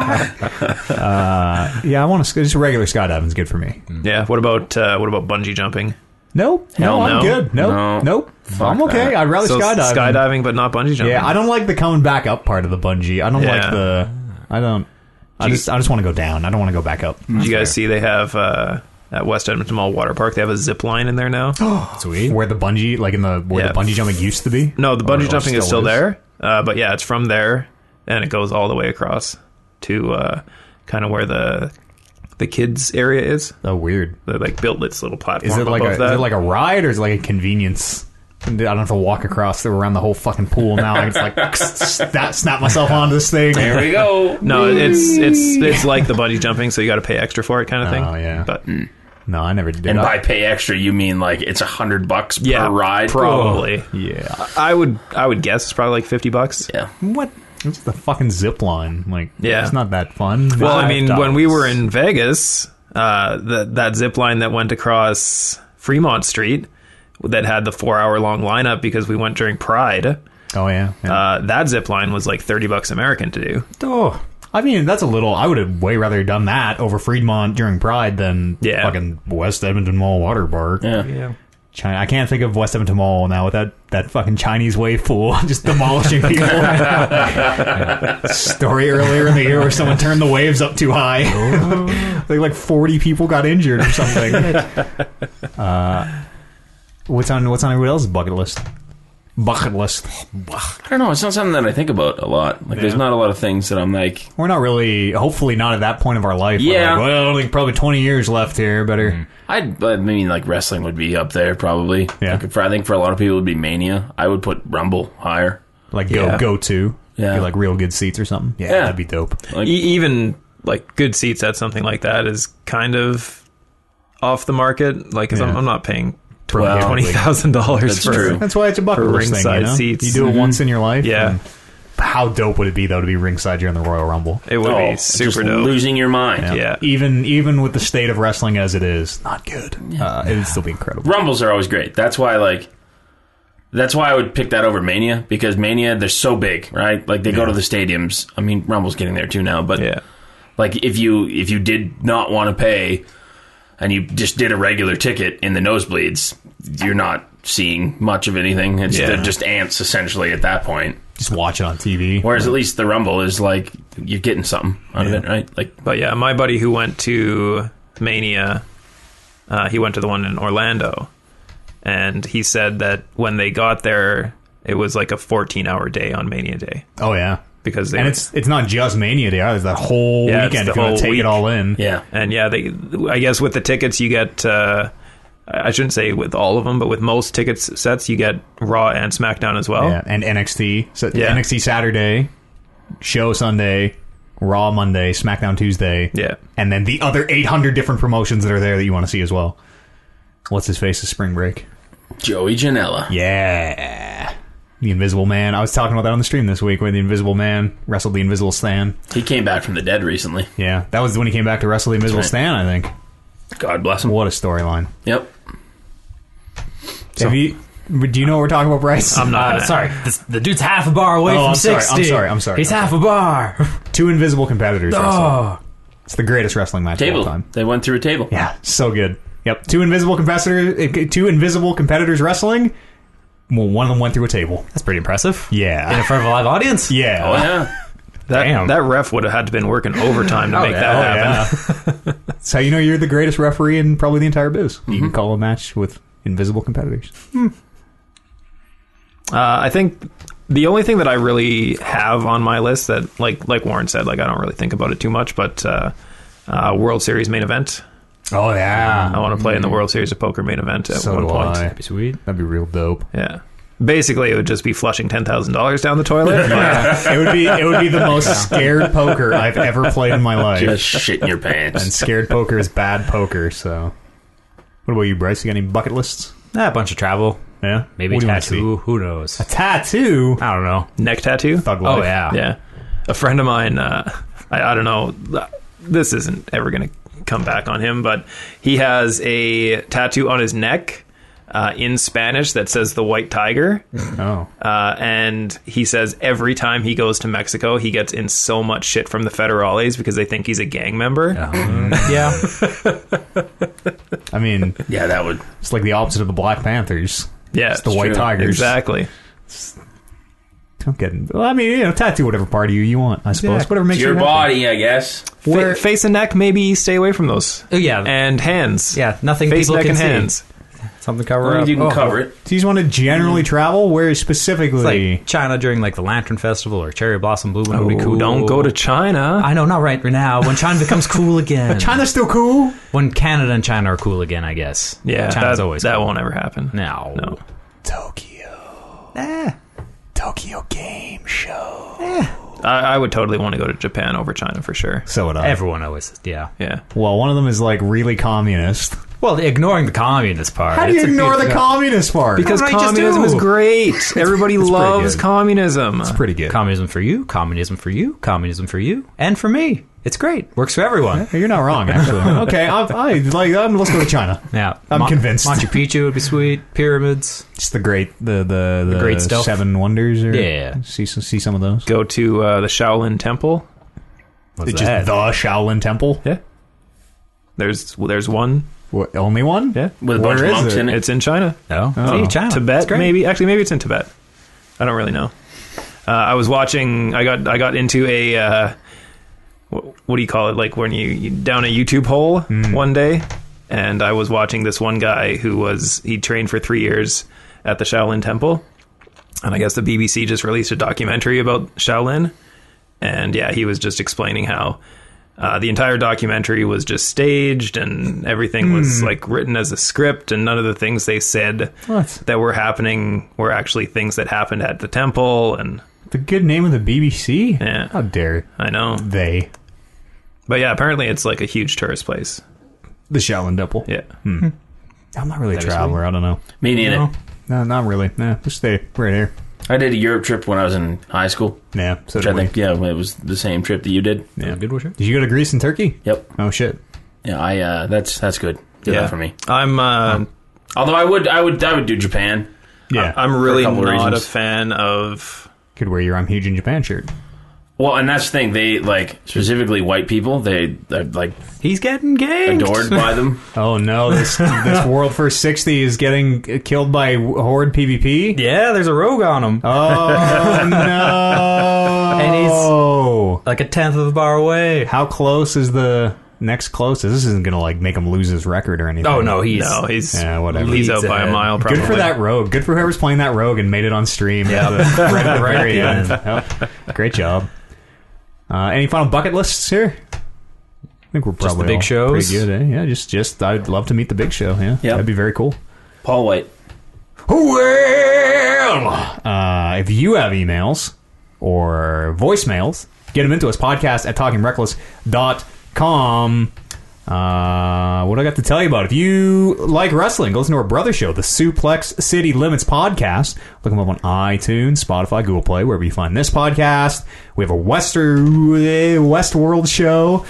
Uh, Yeah, I want to. Just regular skydiving's good for me. yeah. What about uh, what about bungee jumping? Nope. Hell no, I'm no. good. Nope. No. Nope. I'm okay. that. I'd rather So skydive. skydiving, but not bungee jumping. Oh, Yeah, I don't like the coming back up part of the bungee. I don't Yeah. like the. I don't. I just I just want to go down. I don't want to go back up. Did you guys see they have uh, at West Edmonton Mall Water Park? They have a zip line in (gasps) there now. Oh, Sweet. Where the bungee, like in the where Yeah. the bungee jumping used to be. No, the Or- or bungee jumping is still is. there, uh, but yeah, it's from there, and it goes all the way across to uh, kind of where the the kids area is. Oh, weird. They like built this little platform Is it like a above is that. it like a ride or is it like a convenience? I don't have to walk across around the whole fucking pool now. I can just like (laughs) that snap myself onto this thing. There we go. No, it's it's it's like the bungee jumping, so you got to pay extra for it, kind of thing. Oh, yeah. but Mm. No, I never did. And I- by pay extra, you mean like it's a hundred bucks yeah, per ride? probably. yeah, I would I would guess it's probably like fifty bucks. Yeah. what? It's the fucking zip line. Like, Yeah. it's not that fun. Well, I Five mean, when we were dollars. in Vegas, uh, that that zip line that went across Fremont Street that had the four hour long lineup because we went during Pride. oh yeah, yeah. Uh, that zip line was like thirty bucks American to do. Oh, I mean, that's a little. I would have way rather done that over Friedmont during Pride than Yeah. fucking West Edmonton Mall water park. Yeah. Yeah. China, I can't think of West Edmonton Mall now with that, that fucking Chinese wave pool (laughs) just demolishing people. Story earlier in the year where someone turned the waves up too high. I think (laughs) like 40 people got injured or something. uh, what's on what's on everyone else's bucket list? Bucket list. I don't know. It's not something that I think about a lot. Like, there's not a lot of things that I'm like, (sighs) We're not really, hopefully, not at that point of our life. where Yeah. Mm-hmm. Like, well, like probably 20 years left here. Better. I'd, I mean, like wrestling would be up there probably. Yeah. Like, for, I think for a lot of people, it would be Mania. I would put Rumble higher. like go Yeah. go to Yeah. get like real good seats or something. Yeah, Yeah. that'd be dope. Like- E- even like good seats at something like that is kind of off the market. Like, 'cause I'm, Yeah. I'm not paying Well, twenty thousand dollars That's for true. That's why it's a bucket For list thing. You, ringside know? seats. you do it once in your life. Yeah. and how dope would it be though to be ringside during the Royal Rumble? it would Oh, be super just dope. Losing your mind. Yeah. Even even with the state of wrestling as it is, not good. Uh, it'd still be incredible. Rumbles are always great. That's why, like, that's why I would pick that over Mania because Mania, they're so big, right? Like, they go to the stadiums. I mean, Rumble's getting there too now, but yeah. like if you if you did not want to pay and you just did a regular ticket in the nosebleeds you're not seeing much of anything it's Yeah. they're just ants essentially at that point Just watch it on TV. whereas at least the rumble is like you're getting something out of it right like But yeah, my buddy who went to Mania, uh, he went to the one in Orlando, and he said that when they got there, it was like a 14-hour day on Mania Day Oh yeah, because they and it's it's not just Mania Day. either. It's that whole Yeah, it's weekend. the If you want whole to take week. it all in, yeah and yeah, they I guess with the tickets you get. Uh, I shouldn't say with all of them, but with most ticket sets, you get Raw and SmackDown as well. Yeah, and NXT. So Yeah. NXT Saturday, show Sunday, Raw Monday, SmackDown Tuesday. Yeah. And then the other 800 different promotions that are there that you want to see as well. What's his face? Is Spring Break. joey janela Yeah. The Invisible Man. I was talking about that on the stream this week where the Invisible Man wrestled the Invisible Stan. he came back from the dead recently Yeah. That was when he came back to wrestle the Invisible right. Stan, I think. god bless him What a storyline. yep Have you. Do you know what we're talking about, Bryce? I'm not Uh, gonna- sorry, this, the dude's half a bar away Oh, from I'm sorry, I'm 60. sorry, I'm sorry, He's I'm half a (laughs) bar. Two invisible competitors. wrestle. Oh, It's the greatest wrestling match of all table time. they went through a table Yeah, so good. Yep, two invisible competitors, eh, two invisible competitors wrestling. Well, one of them went through a table. that's pretty impressive. in Yeah, front of a live (laughs) audience. yeah. (laughs) oh yeah That Damn. that ref would have had to been working overtime to make (laughs) Oh, that happen. yeah. That's how you know you're the greatest referee in probably the entire biz. You can call a match with invisible competitors. Uh, I think the only thing that I really have on my list that, like, like Warren said, like I don't really think about it too much, but uh, uh, World Series main event. Oh yeah, I want to play in the World Series of Poker main event at Mm-hmm. so one do point. I. Be sweet. That'd be real dope. Yeah. Basically, it would just be flushing ten thousand dollars down the (laughs) toilet. but- (laughs) it would be it would be the most scared poker I've ever played in my life. just shit in (laughs) your And pants scared poker is bad poker. So, what about you, Bryce? You got any bucket lists? Ah, a bunch of travel. Yeah, Maybe What do you wanna see? tattoo. Who knows? Tattoo. I don't know. Neck tattoo. Thug Oh life. yeah. Yeah. A friend of mine, uh, I, I don't know, this isn't ever going to come back on him, but he has a tattoo on his neck uh, in Spanish that says the white tiger. Oh. Uh, and he says every time he goes to Mexico, he gets in so much shit from the federales because they think he's a gang member. Um, yeah. I mean, yeah that would it's like the opposite of the Black Panthers. Yeah, It's the White true. Tigers. exactly. I'm kidding. Well, I mean, you know, tattoo whatever part of you you want, I suppose. Yeah. Whatever makes your you happy. body i guess Fa- face and neck, maybe stay away from those. Oh, yeah. and hands. Yeah, nothing face, people neck, can and see. hands. Something cover you up. can Oh. cover it Do you just want to generally travel? Where It's specifically? like China during like the Lantern Festival or Cherry Blossom Blue Moon would be cool. Don't go to China. I know, not right now. (laughs) When China becomes cool again. China's still cool. When Canada and China are cool again, I guess. yeah, China's that, always that cool. won't ever happen. No. No. Tokyo. Eh, Tokyo Game Show. I, I would totally want to go to Japan over China for sure. So would I. Everyone always, yeah. Yeah. well, one of them is like really communist. Well, ignoring the communist part. How do you it's a ignore the big- communist part? Because What did I just communism do? is (laughs) great. Everybody loves good. communism. it's pretty good. Communism for you, communism for you, communism for you, and for me. It's great. Works for everyone. You're not wrong, (laughs) actually. okay, I'm, I like. I'm, let's go to China. Yeah, I'm convinced. Machu Picchu would be sweet. Pyramids. It's the great, the the, the, great stuff. Seven wonders, or Yeah. see some- see some of those. Go to uh, the Shaolin Temple. What's It's just the Shaolin Temple. Yeah. There's well, there's one. What, only one? Yeah. with a bunch Where of is monks it? in it. It's in China. no. Oh. See, China. It's Tibet, great. maybe. Actually, maybe it's in Tibet. I don't really know. Uh, I was watching. I got I got into a uh, what, what do you call it? Like when you, you down a YouTube hole Hmm. one day, and I was watching this one guy who was he trained for three years at the Shaolin Temple, and I guess the BBC just released a documentary about Shaolin, and yeah, he was just explaining how. Uh, the entire documentary was just staged, and everything Hmm. was like written as a script, and none of the things they said What? that were happening were actually things that happened at the temple and The good name of the BBC. Yeah. How dare I know. they? But yeah, apparently it's like a huge tourist place. The Shaolin Temple. Yeah. I'm not really a traveler. I don't know. Me neither. No, no, not really. Nah, just stay right here. I did a Europe trip when I was in high school. Yeah. So Which did I we. think, yeah, it was the same trip that you did. Yeah. Good worship. Did you go to Greece and Turkey? Yep. Oh shit. Yeah, I. Uh, that's that's good. Did yeah. that for me. I'm uh, Although I would, I would, I would do Japan. Yeah. I'm really couple not reasons. a fan of could wear your I'm huge in Japan shirt. Well, and that's the thing. They like specifically white people. They are like He's getting ganked. adored (laughs) by them. Oh no! (laughs) This this world first sixty is getting killed by horde PvP. Yeah, there's a rogue on him. Oh no! (laughs) And he's Like a tenth of a bar away. how close is the next closest? This isn't gonna like make him lose his record or anything. Oh no, he's no, he's Yeah, whatever. he's out Leads by a ahead. mile Good probably. for that rogue. Good for whoever's playing that rogue and made it on stream. Yeah, right at the (laughs) very end. Yep. Great job. Uh, any final bucket lists here? I think we're probably the big all shows? Pretty good, eh? Yeah, just just I'd love to meet the big show. Yeah, that'd be very cool. Paul White. Well, uh, if you have emails or voicemails, get them into us podcast at talkingreckless.com. Uh, what do I got to tell you about? If you like wrestling, go listen to our brother show, the Suplex City Limits podcast. Look them up on iTunes, Spotify, Google Play, wherever you find this podcast. We have a Western Westworld show,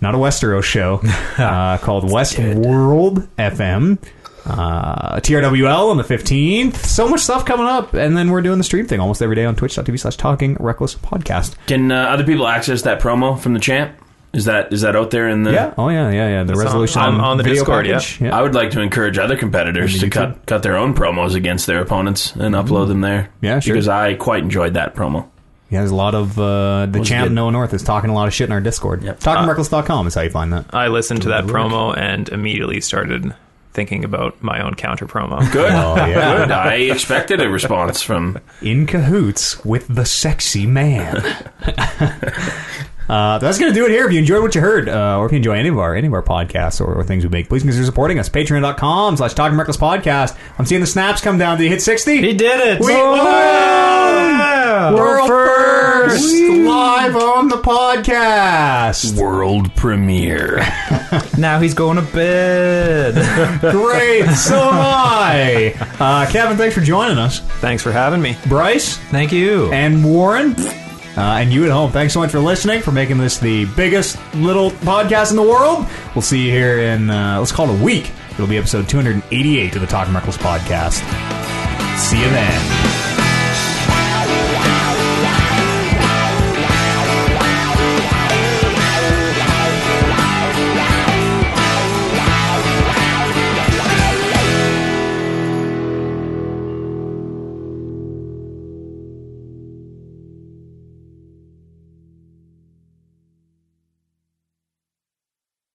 not a Westeros show, uh, called Westworld FM uh, TRWL on the 15th. So much stuff coming up. And then we're doing the stream thing almost every day on twitch.tv slash talking reckless podcast. Can uh, other people access that promo from the champ? Is that is that out there in the? Yeah. Oh, yeah, yeah, yeah. The resolution on- on the video Discord, yeah. package. I would like to encourage other competitors to cut cut their own promos against their opponents and upload them there. Mm-hmm. Yeah, sure. Because I quite enjoyed that promo. He has a lot of, uh, the champ good. Noah North is talking a lot of shit in our Discord. Yep. Uh, TalkingReckless.com is how you find that. I listened to that promo and immediately started thinking about my own counter promo. Good. Well, Oh, yeah. (laughs) Good. I expected a response from in cahoots with the sexy (laughs) man. Uh, that's going to do it here. If you enjoyed what you heard, uh, or if you enjoy any of our any of our podcasts or, or things we make, please consider supporting us. Patreon.com slash Talking Reckless Podcast. I'm seeing the snaps come down. Did he hit 60? He did it. We won! World first! Live on the podcast! world premiere. Now he's going to bed. (laughs) Great! So am I! Uh, Kevin, thanks for joining us. Thanks for having me. Bryce? Thank you. and Warren. Uh, and you at home, thanks so much for listening, for making this the biggest little podcast in the world. We'll see you here in, uh, let's call it a week. It'll be episode 288 of the Talking Reckless podcast. See you then.